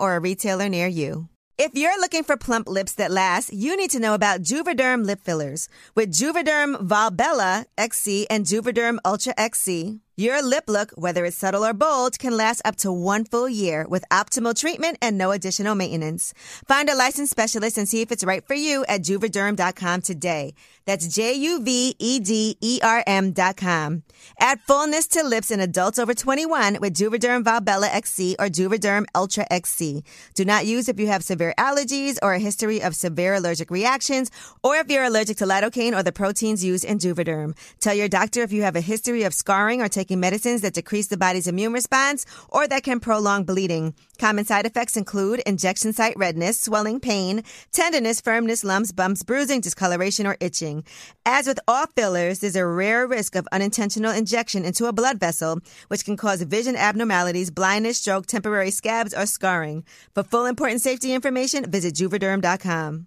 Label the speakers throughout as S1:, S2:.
S1: or a retailer near you. If you're looking for plump lips that last, you need to know about Juvederm lip fillers. With Juvederm Volbella XC and Juvederm Ultra XC, your lip look, whether it's subtle or bold, can last up to one full year with optimal treatment and no additional maintenance. Find a licensed specialist and see if it's right for you at juvederm.com today. That's J U V E D E R M.com. Add fullness to lips in adults over 21 with Juvederm Valbella XC or Juvederm Ultra XC. Do not use if you have severe allergies or a history of severe allergic reactions or if you're allergic to lidocaine or the proteins used in Juvederm. Tell your doctor if you have a history of scarring or taking medicines that decrease the body's immune response or that can prolong bleeding. Common side effects include injection site redness, swelling, pain, tenderness, firmness, lumps, bumps, bruising, discoloration, or itching. As with all fillers, there's a rare risk of unintentional injection into a blood vessel, which can cause vision abnormalities, blindness, stroke, temporary scabs, or scarring. For full important safety information, visit juvederm.com.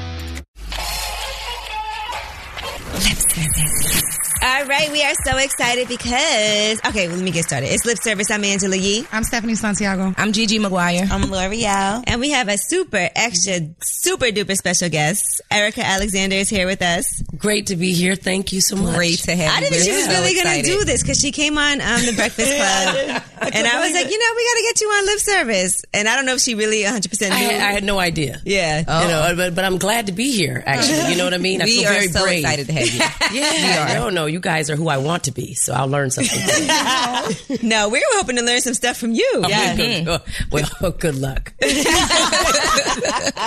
S1: All right, we are so excited because, okay, well, let me get started. It's Lip Service. I'm Angela Yee.
S2: I'm Stephanie Santiago.
S3: I'm Gigi McGuire.
S4: I'm L'Oreal.
S1: And we have a super, extra, super duper special guest. Erica Alexander is here with us.
S3: Great to be here. Thank you so much.
S4: Great to have
S1: I
S4: you.
S1: didn't think she was
S4: We're so
S1: really going to
S4: excited.
S1: do this because she came on um, The Breakfast Club. and I was like, you know, we got to get you on Lip Service. And I don't know if she really 100% knew.
S3: I had, I had no idea.
S1: yeah.
S4: Oh.
S3: You know, but, but I'm glad to be here, actually. You know what I mean? I
S4: We
S3: feel
S4: are
S3: very
S4: so
S3: brave.
S4: excited to have you.
S3: Yeah. I don't know. You guys are who I want to be, so I'll learn something.
S1: No, we were hoping to learn some stuff from
S4: Oh,
S1: you.
S3: Good- Well, good luck.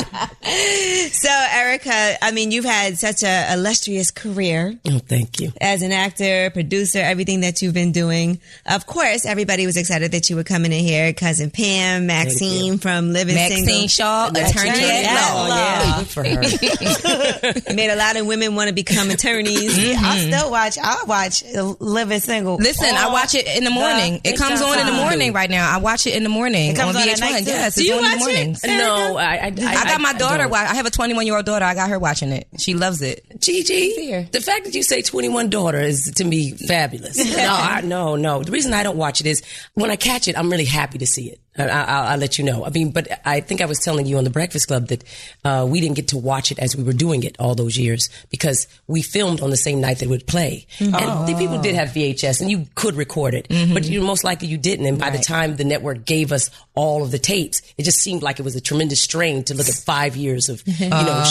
S1: So, Erica, I mean, you've had such a illustrious career.
S3: Oh, thank you.
S1: as an actor, producer, everything that you've been doing. Of course, everybody was excited that you were coming in here. Cousin Pam, Maxine from Living
S4: Maxine
S1: Single.
S4: Shaw, attorney
S1: right.
S4: at law.
S3: Oh, yeah. Good for her.
S1: Made a lot of women want to become attorneys.
S2: I still watch. I watch Living Single.
S4: Listen, I watch it in the morning. it comes on in the morning right now. I watch it in the morning
S2: comes
S4: on
S2: on at
S4: VH1.
S2: night, too?
S4: yes,
S2: Do
S4: it's
S2: you
S4: on in the
S2: watch it?
S4: morning.
S3: No, I, I, I,
S4: I got my daughter.
S3: don't.
S4: wa- I have a 21 year old daughter. I got her watching it. She loves it.
S3: Gigi, the fact that you say 21 daughter is to me fabulous. no, I, no, no. The reason I don't watch it is when I catch it, I'm really happy to see it. I, I, I'll, I'll let you know. I mean, but I think I was telling you on the Breakfast Club that uh, we didn't get to watch it as we were doing it all those years because we filmed on the same night that it would play.
S2: Mm-hmm.
S3: And
S2: Oh.
S3: the people did have VHS and you could record it, but you most likely you didn't. And by the time the network gave us all of the tapes, it just seemed like it was a tremendous strain to look at five years of, you know,
S2: Oh,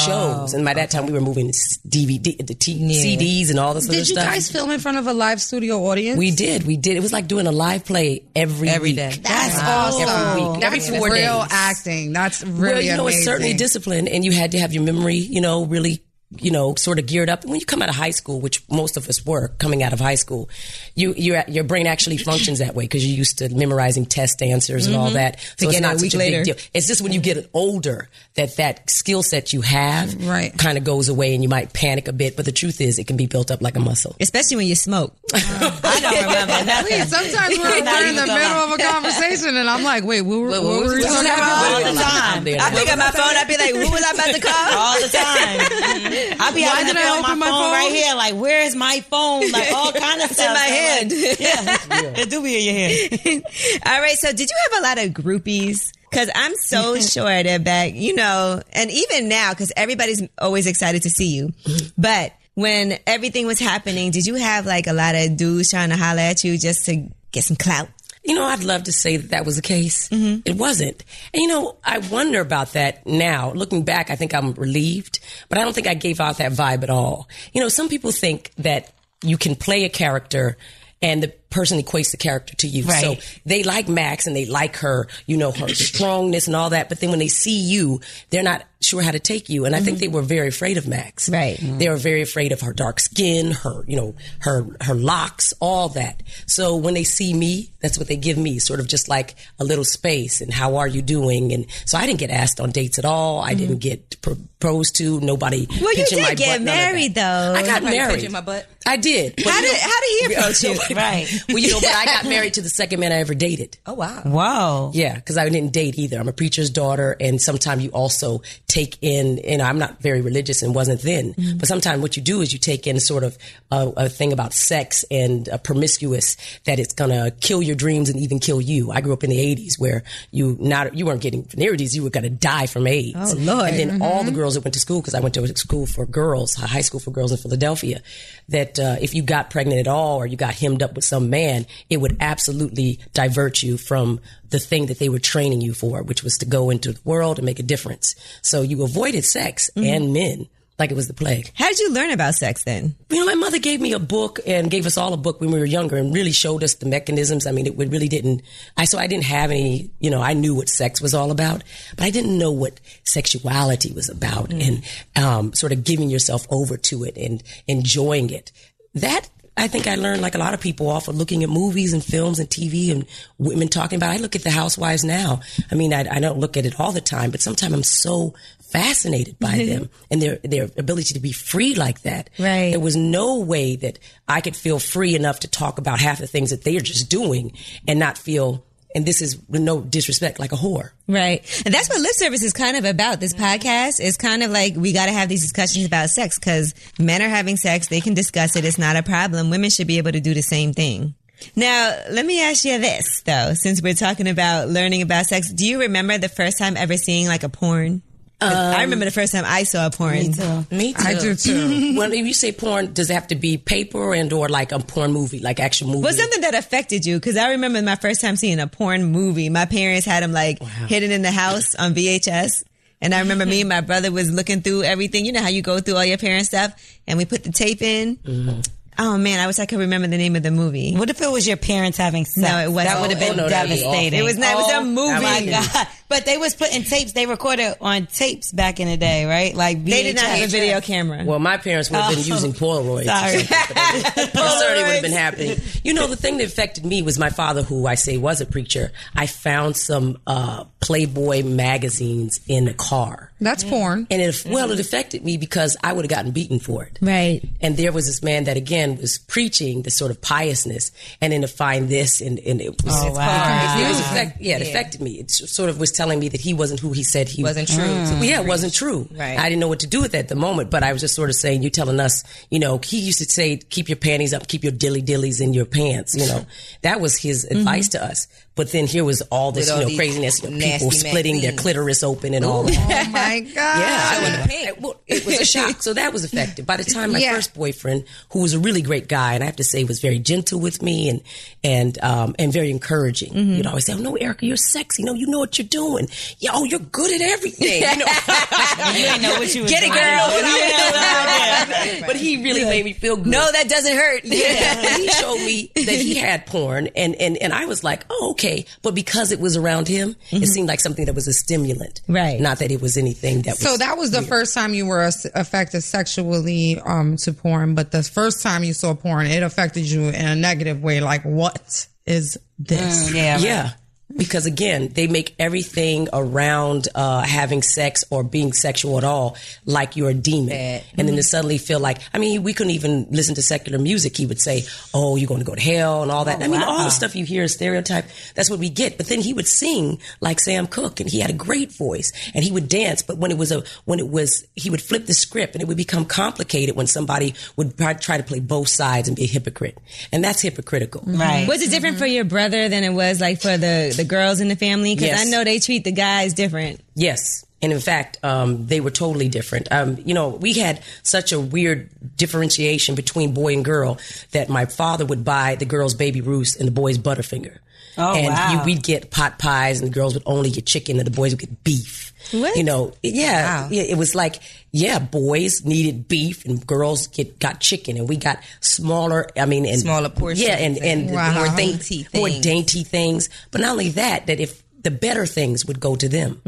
S3: shows. And by that time we were moving to s- DVD, the t- CDs and all this other
S2: Did you
S3: stuff.
S2: guys film in front of a live studio audience?
S3: we did, we did. It was like doing a live play every
S4: Every
S3: week.
S4: day.
S2: That's awesome.
S3: Every week, every
S2: That's
S3: four
S2: real
S3: days.
S2: acting. That's really
S3: Well, you know,
S2: amazing.
S3: it's certainly discipline, and you had to have your memory, you know, really, you know, sort of geared up. When you come out of high school, which most of us were coming out of high school, you your your brain actually functions that way because you're used to memorizing test answers and all that. So
S4: get
S3: it's
S4: it
S3: not
S4: a
S3: such
S4: week
S3: a big
S4: later.
S3: deal. It's just when you get older that that skill set you have
S2: Right.
S3: kind of goes away, and you might panic a bit. But the truth is, it can be built up like a muscle.
S1: Especially when you smoke. I don't remember nothing.
S2: Sometimes we're, we're in the middle of a conversation, and I'm like, "Wait, what were, what were we talking about?"
S1: All the
S3: I'm
S1: time.
S3: there.
S1: I pick up my phone, I'd be like, who was I about to call?
S5: all the time. I'll be
S2: Why did
S5: having to
S2: I
S5: feel
S2: open
S5: my,
S2: my
S5: phone,
S2: phone?
S5: right here. Like, where is my phone? Like, all kind of stuff.
S1: In my
S5: I'm
S1: head.
S5: Like, it do be in your head.
S1: All right. So, did you have a lot of groupies? Because I'm so sure that back, you know, and even now, because everybody's always excited to see you. But when everything was happening, did you have like a lot of dudes trying to holler at you just to get some clout?
S3: You know, I'd love to say that that was the case. It wasn't. And you know, I wonder about that now. Looking back, I think I'm relieved, but I don't think I gave out that vibe at all. You know, some people think that you can play a character and the person equates the character to you.
S4: Right.
S3: So they like Max and they like her, you know, her strongness and all that. But then when they see you, they're not sure how to take you. And I
S1: Mm-hmm.
S3: think they were very afraid of Max.
S4: Right.
S3: They were very afraid of her dark skin, her, you know, her, her locks, all that. So when they see me, that's what they give me, sort of just like a little space and how are you doing? And so I didn't get asked on dates at all. I didn't get proposed to. Nobody.
S1: Mm-hmm. Well, you
S3: pinching
S1: did
S3: my
S1: get
S3: butt, none of that.
S1: married, though.
S3: I got
S4: Nobody
S3: married.
S4: pinching my butt?
S3: I did. But
S1: How
S3: you
S1: did-
S3: know-
S1: how did he approach
S3: Yeah,
S1: you?
S3: nobody-
S5: Right.
S3: Well, you know, but I got married to the second man I ever dated.
S4: Oh wow.
S5: Wow.
S3: Yeah, because I didn't date either. I'm a preacher's daughter, and sometimes you also take in. You know, I'm not very religious and wasn't then, but sometimes what you do is you take in sort of a, a thing about sex and uh, promiscuous that it's gonna kill your dreams and even kill you. I grew up in the '80s where you not you weren't getting venereals, you were gonna die from AIDS. Oh
S4: Lord.
S3: And then all the girls that went to school because I went to a school for girls, a high school for girls in Philadelphia, that uh, if you got pregnant at all or you got hemmed up with some man, it would absolutely divert you from the thing that they were training you for, which was to go into the world and make a difference. So you avoided sex and men like it was the plague
S1: How did you learn about sex then?
S3: you know, my mother gave me a book and gave us all a book when we were younger and really showed us the mechanisms. I mean, it, we really didn't, I, so I didn't have any, you know, I knew what sex was all about, but I didn't know what sexuality was about and, um, sort of giving yourself over to it and enjoying it. That, I think I learned like a lot of people off of looking at movies and films and TV and women talking about. it. I look at the housewives now. I mean, I, I don't look at it all the time, but sometimes I'm so fascinated by them and their their ability to be free like that.
S4: Right.
S3: There was no way that I could feel free enough to talk about half the things that they are just doing and not feel. And this is with no disrespect, like a whore.
S4: Right.
S1: And that's what lip service is kind of about. This
S3: Mm-hmm.
S1: podcast is kind of like we got to have these discussions about sex because men are having sex. They can discuss it. It's not a problem. Women should be able to do the same thing. Now, let me ask you this though, since we're talking about learning about sex, do you remember the first time ever seeing like a porn? 'Cause I remember the first time I saw a porn.
S3: Um, Me too.
S2: I do too.
S3: Well, if you say porn, does it have to be paper and or like a porn movie, like actual movie?
S1: Was something that affected you? Because I remember my first time seeing a porn movie. My parents had them like hidden in the house on VHS. And I remember me and my brother was looking through everything. You know how you go through all your parents' stuff? And we put the tape in. Oh man, I wish I could remember the name of the movie.
S5: What if it was your parents having sex?
S1: No, it wasn't.
S5: That would have been
S3: Oh, no, that'd be awful.
S5: devastating.
S1: It was not- it was a movie.
S5: Oh my
S1: That
S5: God. But they was putting tapes. They recorded on tapes back in the day, right? Like VHS.
S1: They did not have a video camera.
S3: Well, my parents would have been
S5: Oh,
S3: using Polaroids.
S5: sorry.
S3: That certainly would have been happening. You know, the thing that affected me was my father, who I say was a preacher. I found some uh, Playboy magazines in the car.
S2: That's porn.
S3: And if well, it affected me because I would have gotten beaten for it.
S4: Right.
S3: And there was this man that again was preaching this sort of piousness, and then to find this, and, and it was,
S5: Oh, wow.
S3: it was affect, yeah, it affected me. It s- sort of was telling me that he wasn't who he said he
S4: Wasn't true. Mm.
S3: So, yeah, it wasn't true.
S4: Right.
S3: I didn't know what to do with that at the moment, but I was just sort of saying, you're telling us, you know, he used to say, keep your panties up, keep your dilly dillies in your pants. You know, that was his advice to us. But then here was all this,
S4: Mm-hmm. With all
S3: you know,
S4: these
S3: craziness, you know, people
S4: nasty
S3: splitting their
S4: magazines.
S3: clitoris open and all that.
S2: Oh my god.
S3: Yeah,
S4: Showing the
S3: It,
S4: pink.
S3: well, it was a shock. So that was affected. By the time my
S2: Yeah.
S3: first boyfriend, who was a really great guy, and I have to say was very gentle with me and and um, and very encouraging. You'd always say, "Oh no, Erica, you're sexy. No, you know what you're doing. Yeah, oh, you're good at everything." You know.
S5: You didn't know what you was
S3: Get it,
S5: doing.
S3: girl.
S5: You didn't know what I was doing.
S3: but he really made me feel good.
S1: no, Oh, that doesn't hurt.
S3: Yeah. he showed me that he had porn and, and, and I was like, oh, okay. But because it was around him, it seemed like something that was a stimulant.
S1: Right.
S3: Not that it was anything that was.
S2: So that was the first time you were as- affected sexually um, to porn, but the first time you saw porn, it affected you in a negative way. Like, what is this?
S3: Mm,
S5: Yeah. right.
S3: Yeah. Because again, they make everything around uh, having sex or being sexual at all like you're a demon. And then to suddenly feel like, I mean, we couldn't even listen to secular music. He would say, Oh, you're going to go to hell and all that. I mean, all the stuff you hear is stereotype. That's what we get. But then he would sing like Sam Cooke and he had a great voice and he would dance. But when it was a, when it was, he would flip the script and it would become complicated when somebody would try try to play both sides and be a hypocrite. And that's hypocritical.
S5: Right.
S1: Was it different for your brother than it was like for the, the girls in the family? Because
S3: Yes.
S1: I know they treat the guys different.
S3: Yes. And in fact, um, they were totally different. Um, you know, we had such a weird differentiation between boy and girl that my father would buy the girls Baby Ruth and the boys Butterfinger.
S5: Oh,
S3: and
S5: wow.
S3: you, we'd get pot pies, and the girls would only get chicken, and the boys would get beef.
S1: What?
S3: You know, yeah, yeah. It was like, yeah, boys needed beef, and girls get got chicken, and we got smaller. I mean, and
S4: Smaller portions
S3: Yeah, and and
S4: and Wow.
S3: more thing,
S4: dainty
S3: more
S4: things.
S3: dainty things. But not only that, that if the better things would go to them.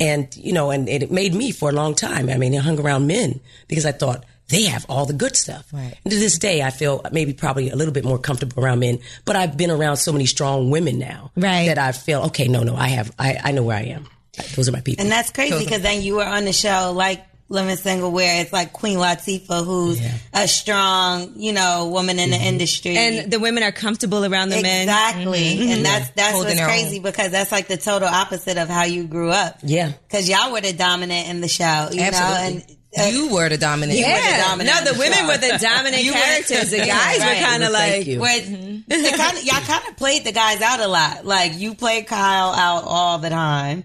S3: And, you know, and, and it made me for a long time. I mean, I hung around men because I thought they have all the good stuff. Right. And to this day, I feel maybe probably a little bit more comfortable around men, but I've been around so many strong women now
S1: Right.
S3: that I feel, okay, no, no, I have, I, I know where I am. Those are my people.
S5: And that's crazy because then you were on the show like Living Single, where it's like Queen Latifah, who's a strong, you know, woman in the industry.
S1: And the women are comfortable around the men.
S5: exactly, and that's that's
S4: Holding
S5: what's
S4: their
S5: crazy because that's like the total opposite of how you grew up.
S3: Yeah.
S5: because y'all were the dominant in the show, you
S4: Absolutely.
S5: know, and. Uh,
S4: you were the dominant.
S5: You were the
S1: Yeah.
S5: dominant
S1: no,
S5: on
S1: the
S5: the
S1: women
S5: show.
S1: were the dominant
S5: You were-
S1: characters. The guys
S5: Right.
S1: were kind of
S3: Thank
S1: like,
S3: you.
S5: where they kind of, y'all kind of played the guys out a lot. Like you played Kyle out all the time.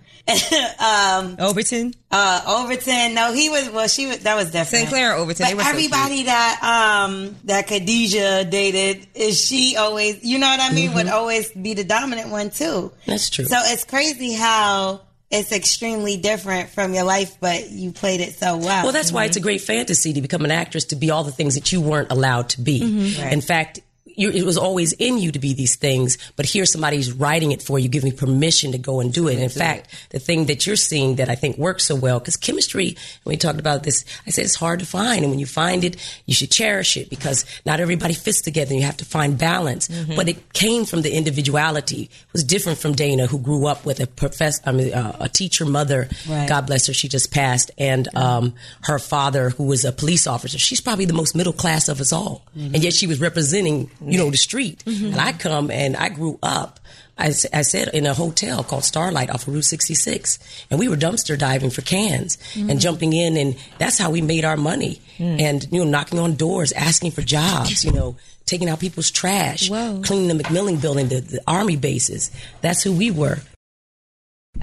S5: um,
S1: Overton.
S5: uh, Overton, no, he was. Well, she was. That was different.
S4: Sinclair and Overton,
S5: But
S4: they were so
S5: everybody that um that Khadijah dated is she always. You know what I mean? Would always be the dominant one too.
S3: That's true.
S5: So it's crazy how it's extremely different from your life, but you played it so well.
S3: Well, that's why it's a great fantasy to become an actress to be all the things that you weren't allowed to be. In fact, you, it was always in you to be these things, but here somebody's writing it for you, giving permission to go and do it. And in fact, the thing that you're seeing that I think works so well, because chemistry, when we talked about this, I said it's hard to find. And when you find it, you should cherish it because not everybody fits together and you have to find balance. But it came from the individuality. It was different from Dana, who grew up with a professor, I mean, uh, a teacher mother,
S5: Right.
S3: God bless her, she just passed, and um, her father, who was a police officer, she's probably the most middle class of us all, and yet she was representing, you know, the street. And I come and I grew up. I, s- I said in a hotel called Starlight off of Route 66, and we were dumpster diving for cans and jumping in, and that's how we made our money. And you know, knocking on doors, asking for jobs, you know, taking out people's trash, cleaning the McMillan building, the, the army bases. That's who we were.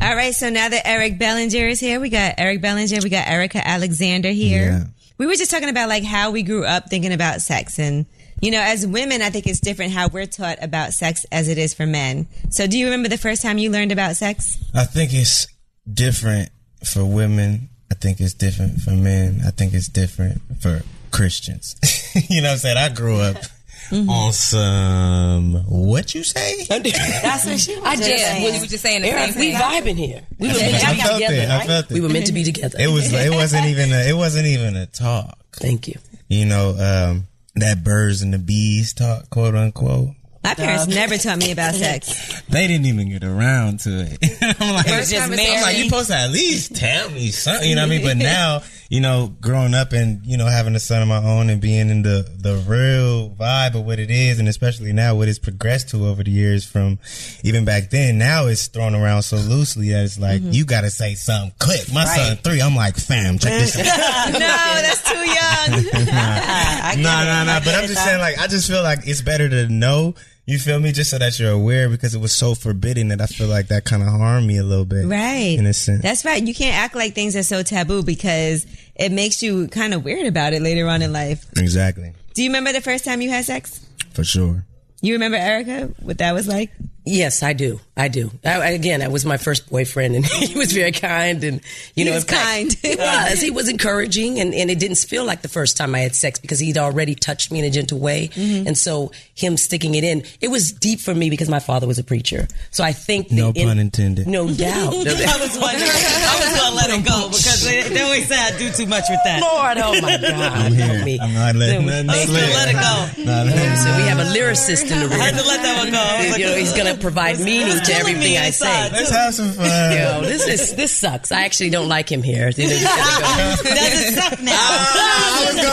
S1: All right, so now that Eric Bellinger is here, we got Eric Bellinger, we got Erica Alexander here.
S6: Yeah.
S1: We were just talking about like how we grew up thinking about sex and you know, as women, I think it's different how we're taught about sex as it is for men. So do you remember the first time you learned about sex?
S6: I think it's different for women. I think it's different for men. I think it's different for Christians. you know what I'm saying? I grew up
S3: Mm-hmm.
S6: on some what you say?
S5: that's what she was.
S3: I
S5: just
S3: just
S5: saying.
S4: was- You were just saying the
S3: Eric,
S4: same
S3: we
S4: thing.
S3: vibing here. We were meant to
S6: I
S3: be
S6: felt
S3: together.
S6: it. I felt
S3: We were
S6: it.
S3: meant to be together.
S6: It was it wasn't even a, it wasn't even a talk.
S3: Thank you.
S6: You know, um, that birds and the bees talk, quote unquote.
S1: My parents never taught me about sex.
S6: They didn't even get around to it. I'm like,
S4: First
S6: I'm
S4: conversation.
S6: like, you supposed to at least tell me something, you know what I mean? But now, you know, growing up and you know having a son of my own and being in the the real vibe of what it is, and especially now what it's progressed to over the years from even back then. Now it's thrown around so loosely that it's
S4: Mm-hmm.
S6: like you got to say something quick. My son three, I'm like, fam, check this out.
S1: No, that's too young.
S6: No, no, no. But I'm just saying, like, I just feel like it's better to know. You feel me? Just so that you're aware, because it was so forbidden that I feel like that kind of harmed me a little bit,
S1: Right.
S6: In a sense,
S1: That's right. You can't act like things are so taboo because it makes you kind of weird about it later on in life.
S6: exactly
S1: Do you remember the first time you had sex?
S6: for sure.
S1: You remember Erica, what that was like?
S3: Yes, I do. I do. I, I- again, that was my first boyfriend, and he was very kind, and you know,
S1: was
S3: in fact-
S1: kind.
S3: He was. He was encouraging, and, and it didn't feel like the first time I had sex because he'd already touched me in a gentle way, and so him sticking it in, it was deep for me because my father was a preacher. So I think
S6: No
S3: the in-
S6: pun intended.
S3: No doubt. No doubt.
S5: I was wondering. I was gonna let it go because they, they always say I do too much with that.
S3: Lord, oh my God,
S6: I'm
S3: help me.
S6: here. I'm not letting
S3: So-
S6: nothing
S5: Let's
S6: slip.
S5: let it
S6: Nah, nah, nah.
S3: So we have a lyricist in the room.
S5: I had to let that one go. I was like,
S3: you know, he's going to provide meaning to
S5: killing
S3: everything
S5: me
S3: I
S5: inside.
S3: say.
S6: Let's have some fun.
S3: Yo, this is this sucks. I actually don't like him here. You know, you gotta go.
S5: Does it suck
S6: Ah.
S5: now?
S6: I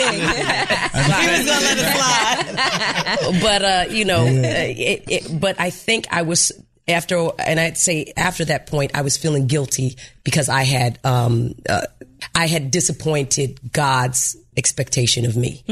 S6: was gonna let
S1: I
S6: it slide.
S1: can't say anything.
S5: He was gonna let it slide.
S3: but uh, you know, uh, it, it, but I think I was after, and I'd say after that point, I was feeling guilty because I had, um, uh, I had disappointed God's expectation of me,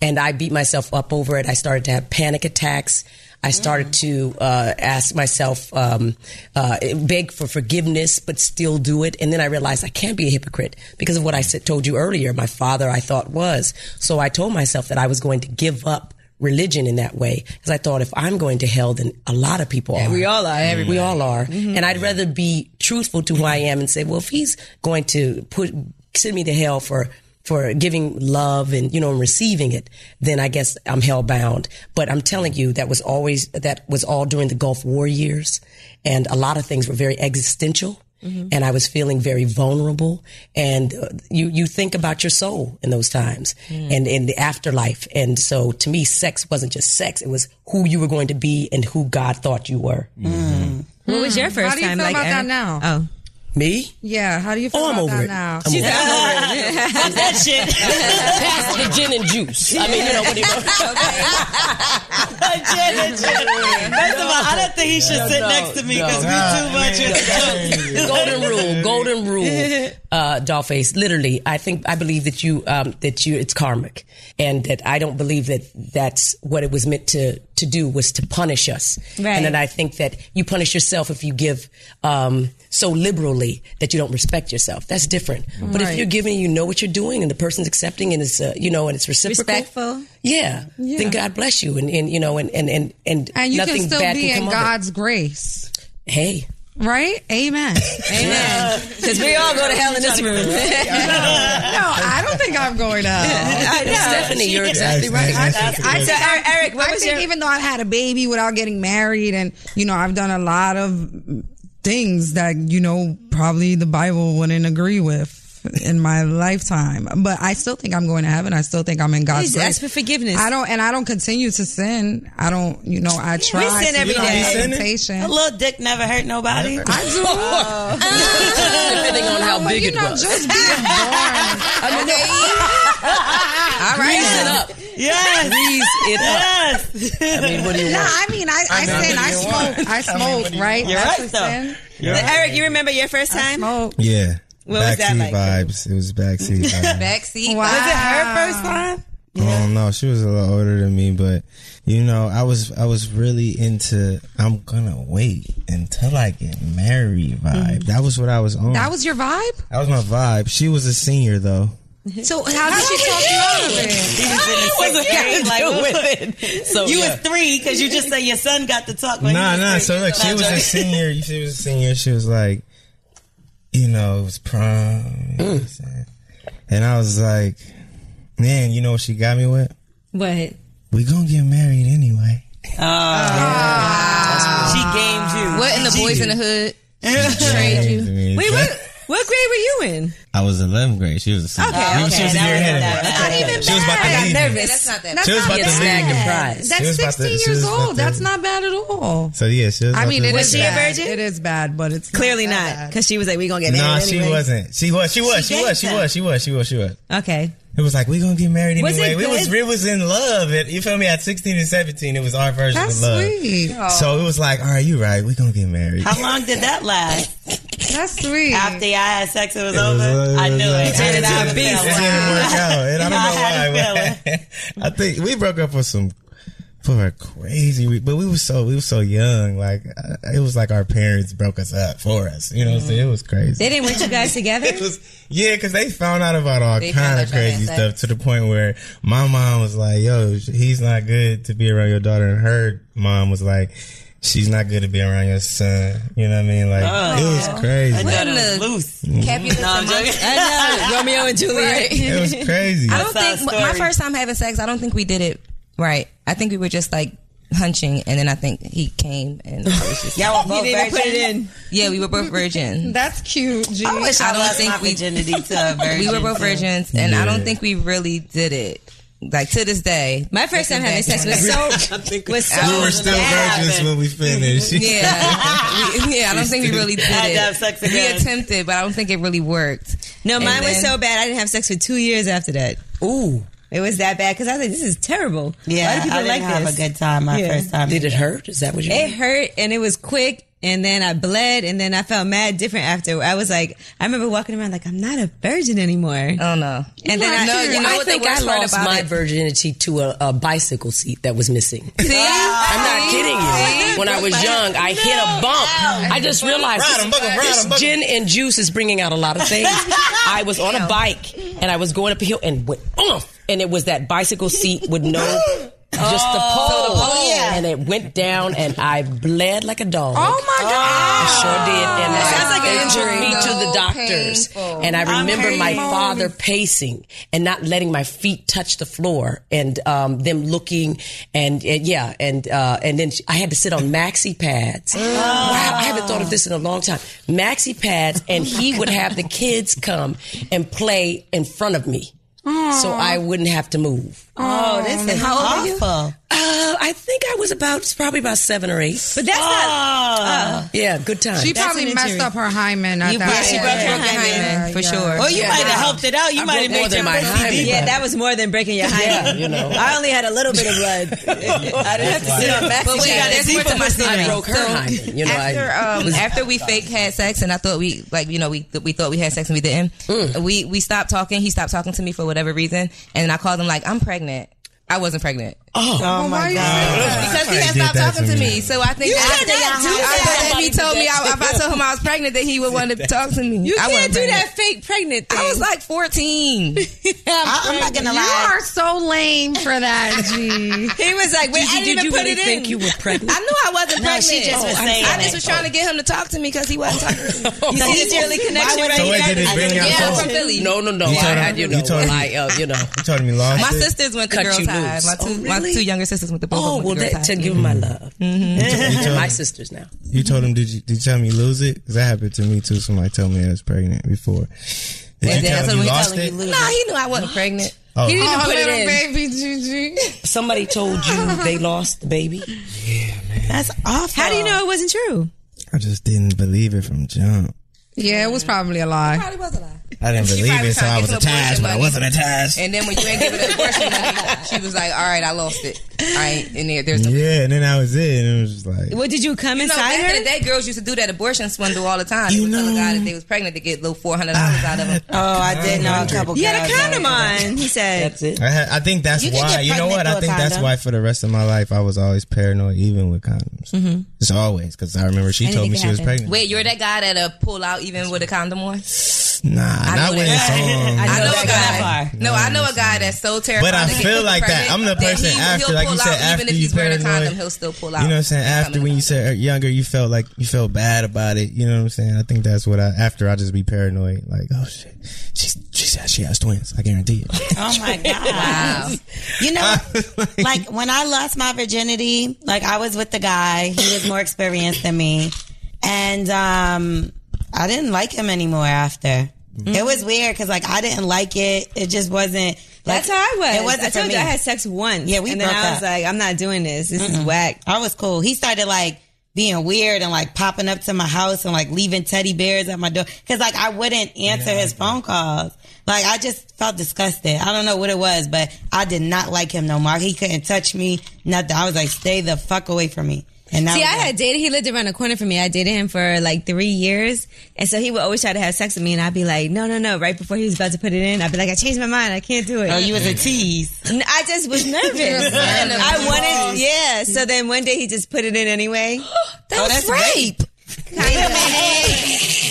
S3: and I beat myself up over it. I started to have panic attacks. I started to uh, ask myself, um, uh, beg for forgiveness, but still do it. And then I realized I can't be a hypocrite because of what I said, told you earlier. My father, I thought was. So I told myself that I was going to give up religion in that way because I thought if I'm going to hell, then a lot of people are.
S1: we all are, everybody. Mm-hmm.
S3: We all are. And I'd rather be truthful to who I am and say, well, if he's going to put send me to hell for for giving love and you know and receiving it, then I guess I'm hell bound. But I'm telling you, that was always that was all during the Gulf War years, and a lot of things were very existential. Mm-hmm. And I was feeling very vulnerable, and uh, you you think about your soul in those times, and in the afterlife. And so, to me, sex wasn't just sex; it was who you were going to be and who God thought you were.
S1: What was your first
S7: How do you
S1: time?
S7: feel
S1: like
S7: about that
S1: Aaron?
S7: now?
S1: Oh,
S3: Me?
S7: Yeah, how do you feel
S3: Oh, I'm
S7: about
S3: over
S7: that
S3: it.
S7: now?
S3: I'm over it.
S5: that shit.
S3: Pass the gin and juice. I mean, you know what do you
S1: Oh.
S5: First of all, I don't think he should sit
S3: no,
S5: next to me because
S3: no.
S5: we too much.
S3: golden rule, golden rule, uh, dollface. Literally, I think I believe that you um, that you it's karmic, and that I don't believe that that's what it was meant to to do was to punish us.
S1: Right.
S3: And then I think that you punish yourself if you give um, so liberally that you don't respect yourself. That's different. But if you're giving, you know what you're doing, and the person's accepting, and it's uh, you know, and it's reciprocal.
S1: respectful.
S3: Yeah, Then God bless you, and, and you know, and and and and,
S7: And you
S3: nothing
S7: can still
S3: bad
S7: be
S3: can
S7: in
S3: come of it.
S7: God's grace,
S3: Hey.
S7: right? Amen.
S1: Amen. Because we all go to hell in this room.
S7: no, I don't think I'm going to hell.
S3: I know. Stephanie, you're exactly right.
S7: I
S1: So,
S7: think,
S1: Er- Eric, what
S7: I
S1: was
S7: think
S1: your-
S7: even though I've had a baby without getting married, and you know, I've done a lot of things that you know probably the Bible wouldn't agree with. In my lifetime, but I still think I'm going to heaven. I still think I'm in God's
S1: Please
S7: grace.
S1: ask for forgiveness.
S7: I don't, and I don't continue to sin. I don't, you know, I try.
S5: sin
S7: to
S5: every
S7: fight
S5: day.
S6: You sinning?
S7: temptation.
S5: A little dick never hurt nobody.
S7: I do.
S1: Oh.
S3: Depending on how
S7: But
S3: big
S7: you
S3: it
S7: know,
S3: was.
S7: just being born.
S3: I mean, Grease it up.
S5: Yes.
S3: Grease it up.
S5: Yes.
S3: I mean, what do you
S7: No,
S3: want?
S7: I mean, I, I,
S6: know
S7: sin.
S6: what
S7: I
S6: you
S7: smoke.
S6: want.
S7: I
S6: I mean,
S7: smoke,
S6: what do you
S7: right?
S6: want? You're
S7: That's
S5: right,
S7: a
S5: though.
S7: sin.
S1: Eric, you remember your first time?
S7: Smoke.
S6: Yeah.
S5: What was that
S6: backseat
S5: like?
S6: vibes. It was backseat vibes.
S1: Backseat.
S7: Wow.
S5: Was it her first time?
S6: I don't know. She was a little older than me, but you know, I was I was really into I'm gonna wait until I get married vibe. That was what I was on.
S7: That was your vibe.
S6: that was my vibe. She was a senior though.
S7: So how did she talk you out of it?
S3: So,
S5: You
S3: yeah.
S5: was three because you just said your son got to talk. When
S6: Nah,
S5: he was
S6: nah.
S5: three.
S6: So look, she
S5: Nah,
S6: was a
S5: joking.
S6: senior. She was a senior. She was like, you know, it was prom, you know what I'm saying? and I was like, man, you know what she got me with?
S1: What?
S6: We gonna get married anyway.
S5: She gamed you.
S1: What in the boys in the hood? Wait,
S6: Wait,
S1: what? What grade were you in?
S6: I was 11th grade. She was a senior.
S5: Okay,
S6: She was- she
S5: okay,
S6: was a
S5: that
S6: year
S5: was-
S6: ahead of me.
S5: that-
S6: Okay. She was about to leave me.
S1: That's not that.
S7: That's
S6: She was
S7: not
S6: about to leave me.
S3: Magnum
S7: bad.
S3: prize.
S6: She
S7: That's
S6: was about to-
S7: 16
S6: she
S7: years
S6: was about
S7: old.
S6: to-
S7: That's not bad at all.
S6: So yeah, she was.
S7: I
S6: about
S7: mean,
S6: to
S7: it
S6: leave
S7: is
S6: me.
S1: she a
S7: bad.
S1: virgin?
S7: It is bad, but it's
S1: Clearly
S7: not. that
S1: not,
S7: bad.
S1: because she was like, "We gonna get
S6: Nah,
S1: married."
S6: she
S1: anyway.
S6: wasn't. She was. She was. She,
S5: gave
S6: was. She
S5: that.
S6: was. She was. She was. She was.
S1: Okay.
S6: It was like we gonna get married
S1: Was it
S6: anyway. We was
S1: good?
S6: we was in love. At, you feel me? At sixteen and seventeen, it was our version
S7: That's
S6: of love.
S7: sweet.
S6: So it was like, all right, you right. We gonna get married.
S5: How long did that last?
S7: That's sweet.
S5: After I had sex, it was
S6: It
S5: over.
S6: was, uh,
S5: I knew it.
S6: was, uh,
S5: I had a
S6: It
S5: feeling.
S6: didn't work out.
S5: I had a
S6: And I don't know why. but I think we broke up for some for a crazy re- but we were so we were so young like uh, it was like our parents broke us up for us you know what i'm saying it was crazy
S1: They didn't want you guys together.
S6: it was yeah, because they found out about all
S1: They found
S6: kind
S1: out
S6: of
S1: about
S6: crazy
S1: that.
S6: stuff to the point where my mom was like, "Yo, he's not good to be around your daughter," and her mom was like, "She's not good to be around your son." You know what I mean? Like it
S1: Oh.
S6: was
S5: I
S6: crazy.
S5: thought it was loose.
S1: Capulet
S5: I'm
S1: amongst-
S5: joking.
S1: I know Romeo and Juliet.
S6: It was crazy.
S1: I don't
S5: That's our
S1: think my
S5: story.
S1: first time having sex. I don't think we did it right. I think we were just like hunching, and then I think he came, and I was just-
S5: Y'all were both
S1: didn't
S5: virgins?
S1: put it in. Yeah, we were both virgin.
S7: That's cute. G.
S5: I wish I,
S1: I don't
S5: lost
S1: think
S5: my
S1: we-
S5: virginity to a virgin.
S1: We were both virgins, and I
S6: Yeah.
S1: don't think we really did it. Like to this day, my first time having sex was so was so
S6: we were still
S1: bad.
S6: virgins when we finished.
S1: Yeah, We- yeah. I don't think we really did
S5: Had to
S1: it.
S5: have sex
S1: we
S5: again.
S1: attempted, but I don't think it really worked.
S8: No,
S1: And
S8: mine was
S1: then-
S8: so bad. I didn't have sex for two years after that.
S3: Ooh,
S8: It was that bad because I was like, "This is terrible."
S5: Yeah,
S8: Why do people
S5: I didn't
S8: like
S5: have
S8: this?
S5: a good time my
S8: Yeah.
S5: first time.
S3: did it hurt? Is that what you?
S1: Eh,
S8: it hurt and it was quick, and then I bled, and then I felt mad different after. I was like, I remember walking around like I'm not a virgin anymore.
S1: Oh no!
S8: and then I,
S1: No, you know
S3: I
S1: what the
S3: think I
S1: worst part
S3: lost
S1: about
S3: my
S1: it-
S3: virginity to a, a bicycle seat that was missing.
S1: See,
S3: I'm not kidding you. When I was young, I hit a bump. I just realized
S6: Ride 'em, buck 'em, ride 'em,
S3: this
S6: buck 'em.
S3: gin and juice is bringing out a lot of things. I was on a bike and I was going up a hill and went oomph, and it was that bicycle seat with no Just the pole.
S5: Oh, yeah.
S3: And it went down and I bled like a dog.
S9: Oh my
S3: I
S9: god!
S3: sure did. And like,
S9: sounds like an
S3: they
S9: injury.
S3: took me to
S7: So
S3: the doctors.
S7: painful.
S3: And I
S5: I'm
S3: remember my
S5: hurting.
S3: father pacing and not letting my feet touch the floor and um, them looking and, and yeah. And uh, and then she- I had to sit on maxi pads. Wow, I haven't thought of this in a long time. Maxi pads. And he would have the kids come and play in front of me. So I wouldn't have to move.
S5: Oh, this is awful.
S3: Uh, I think I was about probably about seven or eight. But
S1: That's
S5: Ah.
S1: not
S7: uh,
S3: yeah, good time.
S9: She probably messed up her hymen at
S5: You
S9: that
S5: probably
S9: point.
S5: broke her
S9: Yeah,
S7: hymen, for
S9: yeah. Oh,
S7: sure.
S5: Well, you might have helped it out. You
S3: I
S5: might have
S3: broke more
S5: made
S3: than
S5: your
S3: my
S5: pussy
S3: hymen.
S5: deeper.
S1: Yeah, that was more than breaking your hymen.
S3: you know.
S1: I only had a little bit of blood. I didn't have to sit on back.
S7: But wait, there's more to my
S3: I
S7: story.
S3: broke her hymen. You know,
S7: after
S3: I,
S7: um, after we fake had sex and I thought we like you know we we thought we had sex and we didn't. We we stopped talking. He stopped talking to me for whatever reason, and I called him like I'm pregnant. I wasn't pregnant
S5: oh, my God.
S7: because he
S6: I
S7: had
S6: did
S7: stopped
S6: that
S7: talking
S6: to
S7: to
S6: me.
S7: me. So I think
S1: You
S7: I,
S1: did not do
S7: I-
S1: that.
S7: but if he told me I, if I told him I was pregnant, that he would want to talk to me.
S1: You
S7: I
S1: can't
S7: wasn't
S1: do
S7: pregnant.
S1: that fake pregnant thing.
S7: I was like 14.
S5: I, I'm not going to lie.
S9: You are so lame for that, G.
S1: he was like, wait, I didn't
S3: Gigi, did
S1: even
S3: you
S1: put
S3: really
S1: it
S3: think
S1: in.
S3: you were pregnant?
S7: I knew I wasn't
S5: No,
S7: pregnant. Oh,
S5: she just was saying
S7: I just
S5: it.
S7: was trying to get him to talk to me because he wasn't talking to me.
S1: You see this early connection
S5: would
S1: right
S5: they-
S6: So wait,
S1: here?
S6: did it bring out
S7: Yeah, I'm
S6: both?
S7: from Philly.
S3: no, no, no.
S6: You
S3: I
S6: told
S3: had
S6: her-
S3: you
S6: you
S3: know,
S6: told her-
S3: I, uh, you know.
S6: You told me lost
S7: My
S6: it?
S7: sisters went to
S3: Cut
S7: Girls
S3: you
S7: High.
S3: loose.
S7: My two,
S3: Oh,
S7: my
S3: really?
S7: two younger sisters went to both
S3: Oh
S7: of them
S3: well,
S7: went to
S3: that
S7: Girls
S3: to
S7: High.
S3: give my love. Mm-hmm. My sisters now.
S6: You told him, did you, did you tell him you lose it? Because that happened to me too. Somebody told me I was pregnant before. Did
S7: And then I
S6: you tell
S7: told
S6: him
S7: him
S6: you
S7: he
S6: lost
S7: told
S6: it?
S7: him he No, he knew I wasn't pregnant.
S6: Oh.
S7: He didn't
S9: Oh,
S7: put it
S9: little
S7: in.
S9: baby Gigi.
S3: Somebody told you they lost the baby.
S5: That's awful.
S1: How do you know it wasn't true?
S6: I just didn't believe it from jump.
S9: Yeah, it was probably a lie.
S7: Probably was a lie.
S6: I didn't
S7: She
S6: believe
S7: probably
S6: it, so
S7: trying to
S6: I was
S7: get some
S6: attached,
S7: abortion
S6: but I
S7: money.
S6: wasn't attached.
S7: And then when you ain't giving the abortion money, she was like, "All right, I lost it. I ain't in there. There's no."
S6: yeah, and then I was it, and it was just like,
S1: What did you come
S7: You know,
S1: inside
S7: back in
S1: her?
S7: the day, girls used to do that abortion swindle all the time. They
S6: You
S7: would tell a
S6: know-
S7: guy that they was pregnant to get little four hundred dollars out of them.
S5: Oh, I did know a couple
S1: You had
S5: guys
S1: a
S5: that-
S1: condom on. He said,
S3: That's it.
S6: I, had, I think that's
S5: You can
S6: why.
S5: get
S6: You know
S5: pregnant
S6: what?
S5: through
S6: I
S5: a
S6: think that's
S5: condom.
S6: why for the rest of my life I was always paranoid, even with condoms. Mm-hmm. It's always because I remember she told
S1: Anything
S6: me
S1: can
S6: she was
S1: happen.
S6: pregnant.
S7: Wait, you're that guy that uh, pull out even with a condom on?
S6: nah,
S7: know
S6: not when it's
S7: that.
S6: on.
S7: I know
S1: that
S7: a guy.
S1: guy.
S7: No, I know a guy that's so terrified.
S6: But I
S7: to get
S6: feel like that.
S7: pregnant
S6: I'm the
S7: that
S6: person
S7: he,
S6: after,
S7: he'll
S6: like you
S7: pull
S6: said,
S7: out,
S6: after
S7: even if
S6: you
S7: he's wearing a
S6: paranoid.
S7: condom, he'll still pull out.
S6: You know what I'm saying?
S7: and come
S6: After
S7: in
S6: when
S7: the
S6: you said younger, you felt like you felt bad about it. You know what I'm saying? I think that's what I after I just be paranoid. Like, oh shit, she she said she has twins. I guarantee it.
S5: Oh my god!
S7: Wow.
S5: You know, like when I lost my virginity, like I was with the guy. He was more experienced than me, and um, I didn't like him anymore. After
S1: Mm-hmm.
S5: it was weird because like I didn't like it. It just wasn't. Like,
S1: That's how I was.
S5: It wasn't
S1: I told
S5: for me.
S1: you I had sex once.
S5: Yeah, we
S1: And then
S5: broke
S1: I was
S5: up.
S1: like, I'm not doing this. This is whack.
S5: I was cool. He started like being weird and like popping up to my house and like leaving teddy bears at my door because like I wouldn't answer his phone calls. Like I just felt disgusted. I don't know what it was, but I did not like him no more. He couldn't touch me. Nothing. I was like, stay the fuck away from me. And now
S1: See, I had dated. He lived around the corner from me. I dated him for like three years, and so he would always try to have sex with me, and I'd be like, "No, no, no!" Right before he was about to put it in, I'd be like, "I changed my mind. I can't do it."
S5: Oh, you was a tease.
S1: N- I just was nervous. I wanted, yeah. So then one day he just put it in anyway. Oh,
S7: That was
S5: that's
S7: rape.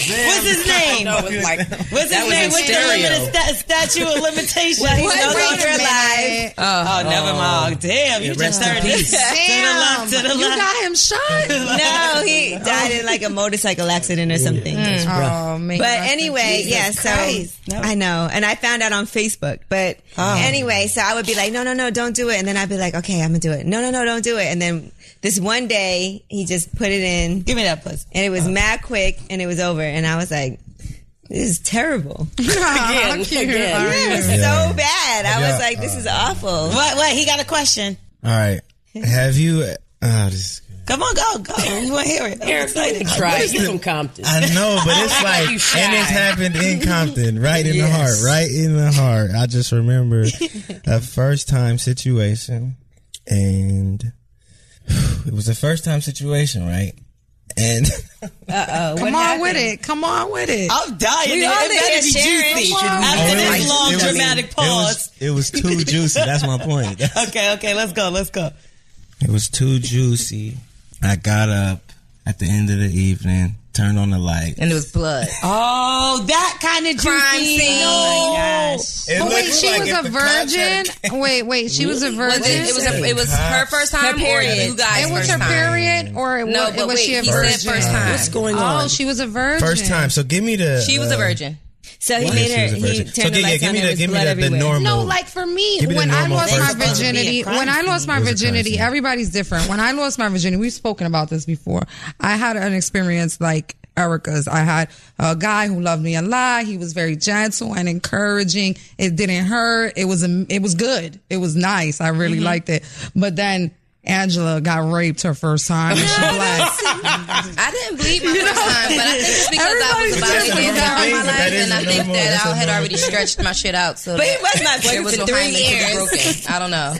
S5: What's his name?
S3: No, it was like
S5: What's
S3: that
S5: his
S3: was
S5: name?
S3: in
S5: What's the
S3: stereo.
S5: limit of sta- statue of limitations?
S1: What
S5: No
S1: rape
S5: longer
S1: your
S5: alive.
S1: life?
S5: Oh, never mind. Damn, you just
S6: rest in
S5: turned to
S6: peace.
S5: the left, to the
S9: You
S5: left.
S9: got him shot.
S1: No, he died in like a motorcycle accident or something.
S9: Oh man!
S1: But anyway, yeah, so
S5: Christ, no.
S1: I know. And I found out on Facebook. But anyway, so I would be like, no, no, no, don't do it. And then I'd be like, okay, I'm going to do it. No, no, no, don't do it. And then this one day, he just put it in
S5: Give me that pussy.
S1: and it was mad quick and it was over. And I was like, this is terrible. It
S9: How cute
S3: again.
S9: are you?
S1: was
S6: Yeah.
S1: so bad. I
S6: Yeah,
S1: was like, this
S6: uh,
S1: is awful.
S5: What? What? He got a question.
S6: All right, have you? Uh, this,
S5: Come on, go, go. We want to hear it. I'm excited.
S3: Try. He's from Compton.
S6: I know, but it's like,
S3: you shy.
S6: and it's happened in Compton, right in the heart, right in the heart. I just remember a first time situation, and it was a first time situation, right? And
S9: Come on with it. Come on with it.
S3: Uh,
S5: I'm dying.
S1: We
S5: It
S1: all live
S5: better
S1: in
S5: be
S1: Sharon.
S5: juicy.
S1: Come on.
S5: After
S6: Oh, it
S5: this
S6: was-
S5: long
S6: it was-
S5: dramatic pause.
S6: It was, it was too juicy. That's my point.
S5: Okay, okay, let's go, let's go.
S6: It was too juicy. I got up at the end of the evening, turn on the light.
S4: and it was blood.
S5: Oh, that kind of
S4: Crime
S5: juicy.
S4: scene.
S5: No.
S6: It
S7: But wait,
S6: looks
S7: she
S6: like
S7: was
S6: if
S7: a
S6: the cops
S7: virgin.
S6: had
S7: Wait, wait, she was a virgin.
S4: Was it, it was a, it was her first time or you guys
S7: It was
S4: first
S7: her
S4: time?
S7: period, or it,
S4: No,
S7: was,
S4: but
S7: was
S4: wait,
S7: she a
S4: he
S7: virgin?
S4: said first time.
S3: What's going on?
S7: Oh, she was a virgin.
S6: First time. So give me the.
S4: She was a
S6: uh,
S4: virgin.
S10: So he
S6: yeah,
S10: made
S6: she
S10: her.
S6: was a
S10: He
S6: virgin.
S10: turned
S6: So
S10: the
S6: gi- yeah,
S10: lights
S6: give
S10: on.
S6: me
S10: There
S6: the
S10: was
S6: give me
S10: blood
S6: the, the
S10: everywhere.
S6: normal.
S7: No, like for me,
S6: Give me the
S7: when I
S6: normal
S7: lost my
S6: first time.
S7: virginity,
S5: It was a
S7: when I lost my
S6: crime scene.
S7: virginity, everybody's different. When I lost my virginity, we've spoken about this before. I had an experience like Erica's. I had a guy who loved me a lot. He was very gentle and encouraging. It didn't hurt. It was am- it was good. It was nice. I
S4: Mm-hmm.
S7: really liked it. But then Angela got raped her first time. And she black.
S4: I didn't bleed my first time, but I think it's because I was
S7: Everybody's
S4: about to
S7: different.
S4: get
S7: That
S4: out
S7: is-
S4: of my
S6: that
S4: life,
S6: is
S4: and I
S6: the
S4: think
S6: normal- that's
S4: that I
S6: the
S4: had
S6: normal.
S4: already stretched my shit out. So
S10: But
S4: that
S10: it was not
S4: there was
S10: for
S4: no
S10: three
S4: hymen to be
S10: years.
S4: broken. I don't know.